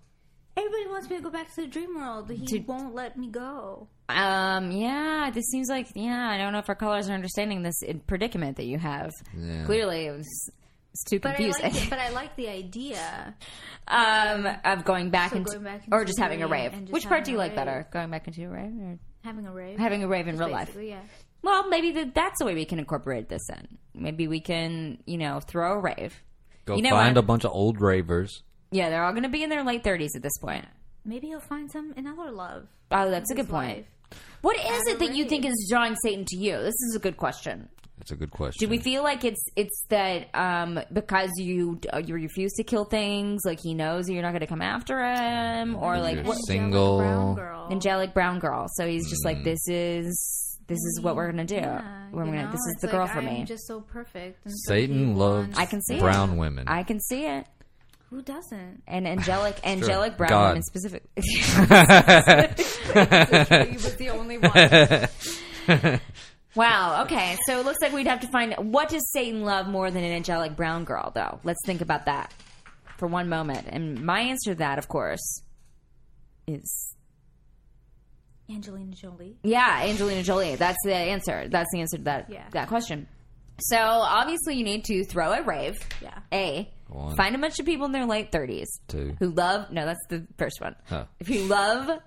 [SPEAKER 5] Everybody wants me to go back to the dream world. He
[SPEAKER 3] Dude.
[SPEAKER 5] won't let me go.
[SPEAKER 3] Um, yeah, this seems like yeah. I don't know if our callers are understanding this in- predicament that you have.
[SPEAKER 4] Yeah.
[SPEAKER 3] Clearly, it was, it's too
[SPEAKER 5] But I,
[SPEAKER 3] confusing.
[SPEAKER 5] like it, but I like the idea.
[SPEAKER 3] *laughs* um, of going back
[SPEAKER 5] So
[SPEAKER 3] into
[SPEAKER 5] going back
[SPEAKER 3] or
[SPEAKER 5] into
[SPEAKER 3] just having a
[SPEAKER 5] dream
[SPEAKER 3] rave.
[SPEAKER 5] and just
[SPEAKER 3] Which part do you
[SPEAKER 5] having a
[SPEAKER 3] like
[SPEAKER 5] rave.
[SPEAKER 3] better, going back into a rave or
[SPEAKER 5] Having a rave.
[SPEAKER 3] having a rave in real life?
[SPEAKER 5] Basically, yeah.
[SPEAKER 3] Well, maybe that that's the way we can incorporate this in. Maybe we can, you know, throw a rave.
[SPEAKER 4] Go
[SPEAKER 3] You know
[SPEAKER 4] find
[SPEAKER 3] what?
[SPEAKER 4] a bunch of old ravers.
[SPEAKER 3] Yeah, they're all going to be in their late thirties at this point.
[SPEAKER 5] Maybe he'll find some another love.
[SPEAKER 3] Oh, that's a
[SPEAKER 5] His
[SPEAKER 3] good point.
[SPEAKER 5] life.
[SPEAKER 3] What is it
[SPEAKER 5] a
[SPEAKER 3] that you
[SPEAKER 5] rave.
[SPEAKER 3] think is drawing Satan to you? This is a good question.
[SPEAKER 4] It's a good question.
[SPEAKER 3] Do we feel like it's it's that um, because you uh, you refuse to kill things, like he knows you're not going to come after him, or like
[SPEAKER 4] You're
[SPEAKER 3] what,
[SPEAKER 4] single?
[SPEAKER 5] Brown girl.
[SPEAKER 3] angelic brown girl? So he's just like, this is this is what we're going to do.
[SPEAKER 5] Yeah,
[SPEAKER 3] we're
[SPEAKER 5] you
[SPEAKER 3] gonna,
[SPEAKER 5] know,
[SPEAKER 3] this is
[SPEAKER 5] it's
[SPEAKER 3] the
[SPEAKER 5] like,
[SPEAKER 3] girl for
[SPEAKER 5] I'm
[SPEAKER 3] me.
[SPEAKER 5] just so perfect. and so
[SPEAKER 4] Satan
[SPEAKER 5] evil
[SPEAKER 4] loves
[SPEAKER 5] and-
[SPEAKER 3] I can see it.
[SPEAKER 4] brown women.
[SPEAKER 3] I can see it,
[SPEAKER 5] Who doesn't?
[SPEAKER 3] and angelic angelic brown
[SPEAKER 4] God.
[SPEAKER 3] women specific.
[SPEAKER 5] *laughs*
[SPEAKER 4] *laughs*
[SPEAKER 5] you was
[SPEAKER 3] *laughs*
[SPEAKER 5] the only one.
[SPEAKER 3] wow. Okay. So it looks like we'd have to find what does Satan love more than an angelic brown girl, though. Let's think about that for one moment. And my answer to that, of course, is
[SPEAKER 5] Angelina Jolie.
[SPEAKER 3] Yeah, Angelina Jolie. That's the answer. That's the answer to that
[SPEAKER 5] Yeah.
[SPEAKER 3] that question. So obviously, you need to throw a rave.
[SPEAKER 5] Yeah.
[SPEAKER 3] A.
[SPEAKER 4] One.
[SPEAKER 3] Find a bunch of people in their late thirties
[SPEAKER 4] Two.
[SPEAKER 3] who love. No, that's the first one.
[SPEAKER 4] Huh.
[SPEAKER 3] If you love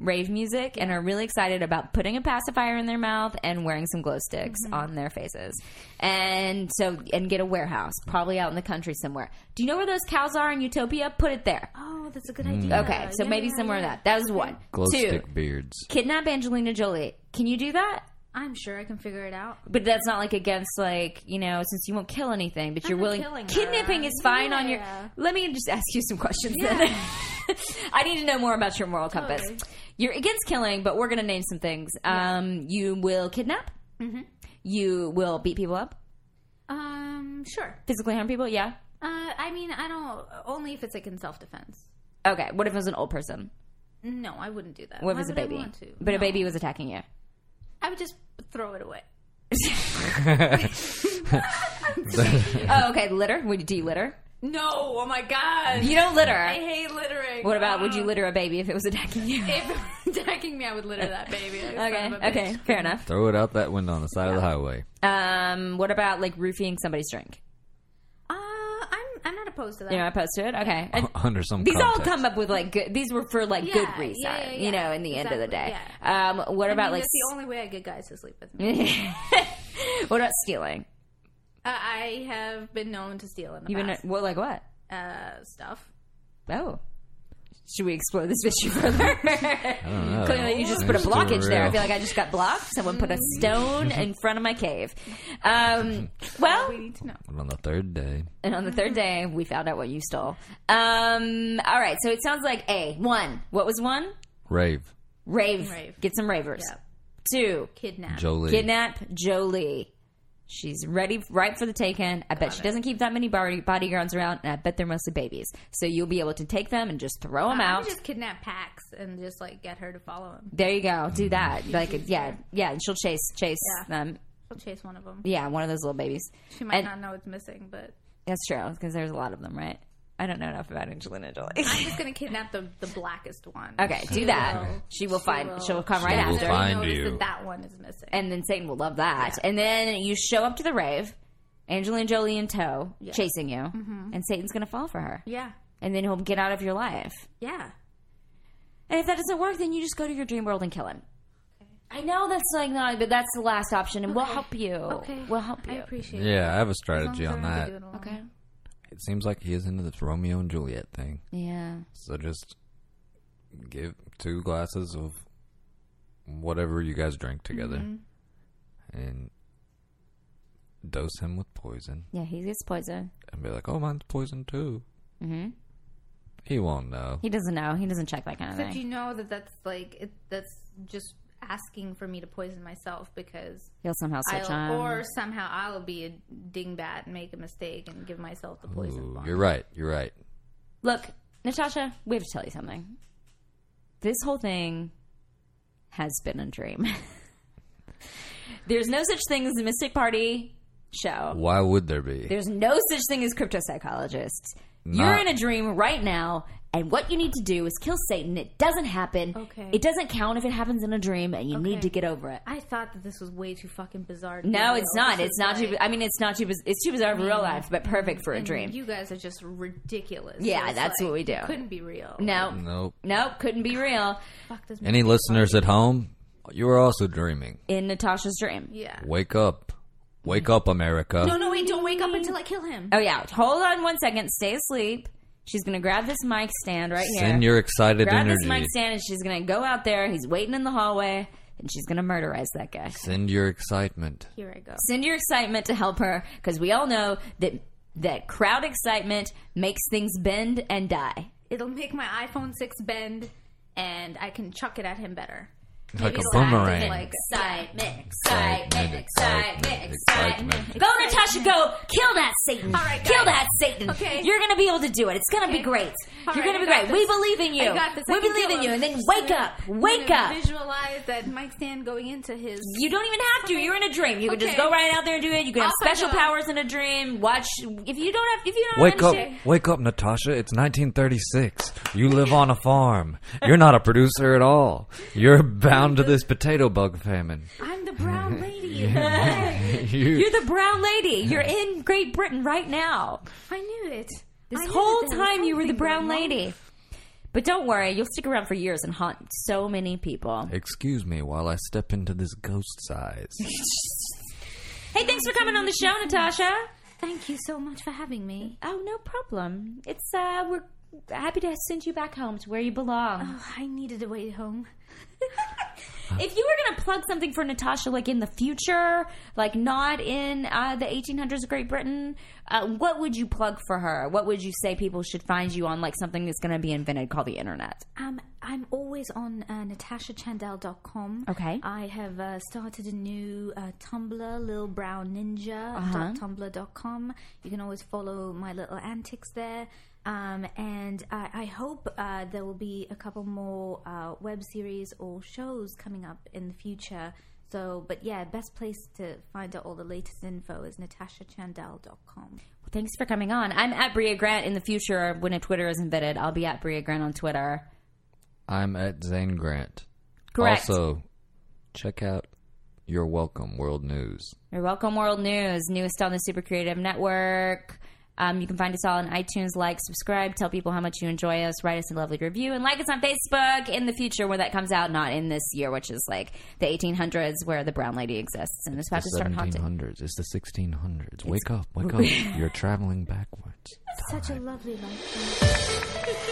[SPEAKER 3] rave music and are really excited about putting a pacifier in their mouth and wearing some glow sticks
[SPEAKER 5] Mm-hmm.
[SPEAKER 3] on their faces. And so, and get a warehouse, probably out in the country somewhere. Do you know where those cows are in Utopia? Put it there.
[SPEAKER 5] Oh, that's a good
[SPEAKER 4] Mm.
[SPEAKER 5] idea.
[SPEAKER 3] Okay, so
[SPEAKER 5] Yeah,
[SPEAKER 3] maybe
[SPEAKER 5] yeah,
[SPEAKER 3] somewhere
[SPEAKER 5] yeah.
[SPEAKER 3] that. That was one.
[SPEAKER 4] Glow
[SPEAKER 3] Two,
[SPEAKER 4] stick
[SPEAKER 3] *laughs*
[SPEAKER 4] beards.
[SPEAKER 3] kidnap Angelina Jolie. Can you do that?
[SPEAKER 5] I'm sure I can figure it out.
[SPEAKER 3] But that's not like against like you know since you won't kill anything, but you're
[SPEAKER 5] not
[SPEAKER 3] willing.
[SPEAKER 5] killing her.
[SPEAKER 3] Kidnapping is fine on your.
[SPEAKER 5] Yeah.
[SPEAKER 3] Let me just ask you some questions. Then. *laughs* I need to know more about your moral compass.
[SPEAKER 5] Totally.
[SPEAKER 3] You're against killing, but we're going to name some things. Um, you will kidnap.
[SPEAKER 5] Mm-hmm.
[SPEAKER 3] You will beat people up,
[SPEAKER 5] Um, sure.
[SPEAKER 3] physically harm people. Yeah.
[SPEAKER 5] Uh, I mean, I don't. Only if it's like in self defense.
[SPEAKER 3] Okay. What if it was an old person?
[SPEAKER 5] No, I wouldn't do that.
[SPEAKER 3] What if
[SPEAKER 5] Why
[SPEAKER 3] it was a
[SPEAKER 5] would I
[SPEAKER 3] baby?
[SPEAKER 5] want to?
[SPEAKER 3] But a
[SPEAKER 5] No.
[SPEAKER 3] baby was attacking you.
[SPEAKER 5] I would just throw it away.
[SPEAKER 3] oh, okay. Litter? Would do you litter?
[SPEAKER 5] No, oh my god.
[SPEAKER 3] You don't litter.
[SPEAKER 5] I hate littering. Um,
[SPEAKER 3] What about *laughs* would you litter a baby if it was attacking you?
[SPEAKER 5] If it was attacking me, I would litter that baby. Son of
[SPEAKER 3] Okay.
[SPEAKER 5] a bitch.
[SPEAKER 3] Okay. Fair enough.
[SPEAKER 4] Throw it out that window on the side of the highway.
[SPEAKER 3] Um, what about like roofing somebody's drink?
[SPEAKER 5] Uh, I'm I'm not opposed to that.
[SPEAKER 3] You know, I posted it. Okay. And
[SPEAKER 4] Under some
[SPEAKER 3] these all
[SPEAKER 4] *laughs* context.
[SPEAKER 3] come up with like good. These were for like
[SPEAKER 5] Yeah,
[SPEAKER 3] good
[SPEAKER 5] yeah,
[SPEAKER 3] reason.
[SPEAKER 5] yeah,
[SPEAKER 3] You
[SPEAKER 5] yeah.
[SPEAKER 3] know, in the end of the day.
[SPEAKER 5] Exactly,
[SPEAKER 3] Um, what
[SPEAKER 5] I
[SPEAKER 3] about
[SPEAKER 5] mean,
[SPEAKER 3] like?
[SPEAKER 5] that's the only way I get guys to sleep with
[SPEAKER 3] *laughs*
[SPEAKER 5] me.
[SPEAKER 3] s- what about stealing?
[SPEAKER 5] uh, I have been known to steal in the
[SPEAKER 3] You been
[SPEAKER 5] past.
[SPEAKER 3] what like what?
[SPEAKER 5] uh, stuff.
[SPEAKER 3] Oh. Should we explore this issue
[SPEAKER 5] *laughs*
[SPEAKER 3] further? *laughs*
[SPEAKER 4] know.
[SPEAKER 3] Clearly, you just put a
[SPEAKER 4] It's too
[SPEAKER 3] blockage there. I
[SPEAKER 4] real.
[SPEAKER 3] feel like I just got blocked. Someone put a stone in front of my cave.
[SPEAKER 5] *laughs*
[SPEAKER 3] Um, well,
[SPEAKER 5] We need to know.
[SPEAKER 4] And on the third day,
[SPEAKER 3] And on the third day, we found out what you stole. Um, all right, so it sounds like A, one. What was one?
[SPEAKER 4] rave.
[SPEAKER 3] Rave.
[SPEAKER 5] Rave.
[SPEAKER 3] Get some ravers.
[SPEAKER 5] Yep.
[SPEAKER 3] Two,
[SPEAKER 5] Kidnap.
[SPEAKER 4] Jolie.
[SPEAKER 3] kidnap Jolie. She's ready, right for the taken. I bet she doesn't keep that many body, bodyguards around, and I bet they're mostly babies. So you'll be able to take them and Uh, just throw them
[SPEAKER 5] I
[SPEAKER 3] out.
[SPEAKER 5] would just kidnap Pax and just like get her to follow him.
[SPEAKER 3] There you go. Do that. Like, yeah, yeah. And she'll chase, chase
[SPEAKER 5] Yeah.
[SPEAKER 3] them.
[SPEAKER 5] She'll chase one of them.
[SPEAKER 3] Yeah, one of those little babies.
[SPEAKER 5] She might
[SPEAKER 3] And-
[SPEAKER 5] not know it's missing, but
[SPEAKER 3] That's true, because there's a lot of them, right? I don't know enough about Angelina Jolie.
[SPEAKER 5] I'm just gonna kidnap the the blackest one.
[SPEAKER 3] Okay, do that. She will find. She'll come right
[SPEAKER 4] will
[SPEAKER 3] after,
[SPEAKER 4] find
[SPEAKER 5] notice
[SPEAKER 4] you.
[SPEAKER 5] That, that one is missing.
[SPEAKER 3] and then Satan will love that. And then you show up to the rave, Angelina Jolie in tow, chasing you,
[SPEAKER 5] Mm-hmm.
[SPEAKER 3] and Satan's gonna fall for her.
[SPEAKER 5] yeah,
[SPEAKER 3] And then he'll get out of your life.
[SPEAKER 5] yeah.
[SPEAKER 3] And if that doesn't work, then you just go to your dream world and kill him. I know that's like not, but that's the last option, and we'll help you.
[SPEAKER 5] Okay,
[SPEAKER 3] we'll help
[SPEAKER 5] I
[SPEAKER 3] you.
[SPEAKER 5] appreciate it.
[SPEAKER 4] Yeah, I have a
[SPEAKER 5] As
[SPEAKER 4] strategy
[SPEAKER 5] long
[SPEAKER 4] on
[SPEAKER 5] as I don't have
[SPEAKER 4] that.
[SPEAKER 5] to do it alone.
[SPEAKER 3] okay.
[SPEAKER 4] It seems like he is into this Romeo and Juliet thing.
[SPEAKER 3] Yeah.
[SPEAKER 4] So just give two glasses of whatever you guys drink together
[SPEAKER 5] Mm-hmm.
[SPEAKER 4] and dose him with poison
[SPEAKER 3] Yeah. He gets poisoned.
[SPEAKER 4] and be like, oh, mine's poison too. Mm-hmm. He won't know.
[SPEAKER 3] He doesn't know. He doesn't check that kind of
[SPEAKER 5] But
[SPEAKER 3] thing.
[SPEAKER 5] you know that that's like it, that's just asking for me to poison myself because
[SPEAKER 3] He'll somehow switch
[SPEAKER 5] I'll,
[SPEAKER 3] on.
[SPEAKER 5] or somehow I'll be a dingbat and make a mistake and give myself the poison.
[SPEAKER 4] Ooh,
[SPEAKER 5] bomb.
[SPEAKER 4] you're right. You're right.
[SPEAKER 3] Look, Natasha, we have to tell you something. This whole thing has been a dream. *laughs* There's no such thing as the Mystic Party show.
[SPEAKER 4] Why would there be?
[SPEAKER 3] There's no such thing as crypto psychologists. You're
[SPEAKER 4] Not-
[SPEAKER 3] in a dream right now, and what you need to do is kill Satan. It doesn't happen.
[SPEAKER 5] Okay.
[SPEAKER 3] It doesn't count if it happens in a dream, and you need
[SPEAKER 5] Okay.
[SPEAKER 3] to get over it.
[SPEAKER 5] I thought that this was way too fucking bizarre. to be
[SPEAKER 3] No,
[SPEAKER 5] real.
[SPEAKER 3] it's not.
[SPEAKER 5] This
[SPEAKER 3] It's
[SPEAKER 5] is
[SPEAKER 3] not too.
[SPEAKER 5] like-
[SPEAKER 3] I mean, it's not too. biz- It's too bizarre for real life, but perfect for a
[SPEAKER 5] and
[SPEAKER 3] dream.
[SPEAKER 5] You guys are just ridiculous.
[SPEAKER 3] Yeah,
[SPEAKER 5] It's
[SPEAKER 3] that's what we do.
[SPEAKER 5] it Couldn't be real.
[SPEAKER 3] No,
[SPEAKER 4] Nope.
[SPEAKER 3] no, couldn't be real.
[SPEAKER 5] Fuck this.
[SPEAKER 4] Any listeners at home, you are also dreaming.
[SPEAKER 3] In Natasha's dream.
[SPEAKER 5] Yeah.
[SPEAKER 4] Wake up. Wake up, America.
[SPEAKER 5] No, no, wait! Don't wake up until I kill him.
[SPEAKER 3] Oh yeah, hold on one second. Stay asleep. She's gonna grab this mic stand right here.
[SPEAKER 4] Send your excited
[SPEAKER 3] grab this mic
[SPEAKER 4] energy.
[SPEAKER 3] stand, and she's gonna go out there. He's waiting in the hallway, and she's gonna murderize that guy.
[SPEAKER 4] Send your excitement.
[SPEAKER 5] Here I go.
[SPEAKER 3] Send your excitement to help her, because we all know that that crowd excitement makes things bend and die.
[SPEAKER 5] It'll make my iPhone six bend, and I can chuck it at him better.
[SPEAKER 4] Like a
[SPEAKER 5] It'll act as,
[SPEAKER 4] boomerang.
[SPEAKER 5] Like
[SPEAKER 3] Excitement, excitement, excitement,
[SPEAKER 4] Excitement,
[SPEAKER 3] excitement.
[SPEAKER 4] excitement.
[SPEAKER 3] Go, Natasha, go! Kill that Satan!
[SPEAKER 5] All right, guys.
[SPEAKER 3] Kill that Satan!
[SPEAKER 5] Okay.
[SPEAKER 3] You're gonna be able to do it. It's gonna be great.
[SPEAKER 5] All
[SPEAKER 3] You're
[SPEAKER 5] right,
[SPEAKER 3] gonna be
[SPEAKER 5] I
[SPEAKER 3] great.
[SPEAKER 5] got
[SPEAKER 3] We
[SPEAKER 5] this.
[SPEAKER 3] believe in you.
[SPEAKER 5] I got this. I
[SPEAKER 3] We
[SPEAKER 5] can
[SPEAKER 3] believe
[SPEAKER 5] kill
[SPEAKER 3] in you.
[SPEAKER 5] him.
[SPEAKER 3] And then wake up!
[SPEAKER 5] I'm
[SPEAKER 3] Wake
[SPEAKER 5] gonna
[SPEAKER 3] up!
[SPEAKER 5] Visualize that Mike stand going into his.
[SPEAKER 3] You don't even have to. You're in a dream. You can just
[SPEAKER 5] Okay.
[SPEAKER 3] go right out there and do it. You can have
[SPEAKER 5] Off I
[SPEAKER 3] special
[SPEAKER 5] go.
[SPEAKER 3] powers in a dream. Watch if you don't have if you don't
[SPEAKER 4] Wake
[SPEAKER 3] have
[SPEAKER 4] up,
[SPEAKER 3] any shit-
[SPEAKER 4] wake up, Natasha. It's 1936. You live on a farm. You're not a producer at all. You're bound to this potato bug famine. *laughs*
[SPEAKER 5] I'm
[SPEAKER 3] *laughs*
[SPEAKER 5] the brown lady.
[SPEAKER 4] You,
[SPEAKER 3] You're the brown lady. You're in Great Britain right now.
[SPEAKER 5] I knew it. I
[SPEAKER 3] This
[SPEAKER 5] knew
[SPEAKER 3] whole
[SPEAKER 5] that there was
[SPEAKER 3] time you were the
[SPEAKER 5] something
[SPEAKER 3] brown
[SPEAKER 5] going on.
[SPEAKER 3] lady. But don't worry, you'll stick around for years and haunt so many people.
[SPEAKER 4] Excuse me while I step into this ghost size.
[SPEAKER 3] Hey, thanks for coming on the show, Natasha.
[SPEAKER 5] Thank you so much for having me.
[SPEAKER 3] Oh, no problem. It's uh, we're happy to send you back home to where you belong.
[SPEAKER 5] Oh, I needed a way home.
[SPEAKER 3] if you were going to plug something for Natasha, like in the future, like not in uh, the 1800s of Great Britain, uh, what would you plug for her? What would you say people should find you on, like something that's going to be invented called the internet?
[SPEAKER 5] Um, I'm always on uh, natashachandel.com.
[SPEAKER 3] Okay.
[SPEAKER 5] I have uh, started a new uh, Tumblr, Lil Brown Ninja.tumblr.com. You can always follow my little antics there. Um, and I, I hope uh, there will be a couple more uh, web series or shows coming up in the future. So, but yeah, best place to find out all the latest info is natashachandel.com.
[SPEAKER 3] Thanks for coming on. I'm at Bria Grant in the future when a Twitter is invented. I'll be at Bria Grant on Twitter.
[SPEAKER 4] I'm at Zane Grant.
[SPEAKER 3] Correct.
[SPEAKER 4] Also, check out Your Welcome World News.
[SPEAKER 3] You're welcome, World News, newest on the Super Creative Network. Um, you can find us all on iTunes. Like, subscribe, tell people how much you enjoy us, write us a lovely review, and like us on Facebook in the future when that comes out, not in this year, which is like the 1800s where the brown lady exists and is about to
[SPEAKER 4] the
[SPEAKER 3] start haunting.
[SPEAKER 4] 1700s. It's the 1600s. wake up, wake
[SPEAKER 3] *laughs*
[SPEAKER 4] up. You're traveling backwards.
[SPEAKER 5] Such a lovely life.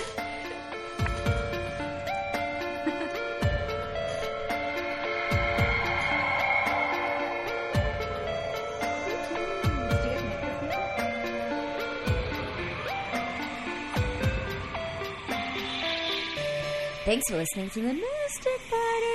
[SPEAKER 3] Thanks for listening to the Mystic Party.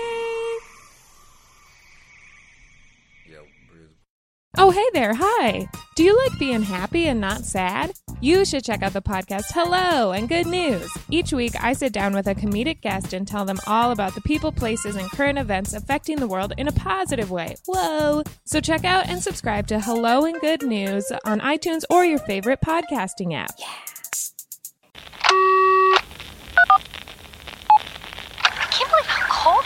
[SPEAKER 9] Oh, hey there. Hi. Do you like being happy and not sad? You should check out the podcast Hello and Good News. Each week, I sit down with a comedic guest and tell them all about the people, places, and current events affecting the world in a positive way. Whoa. So check out and subscribe to Hello and Good News on iTunes or your favorite podcasting app.
[SPEAKER 10] I can't believe how cold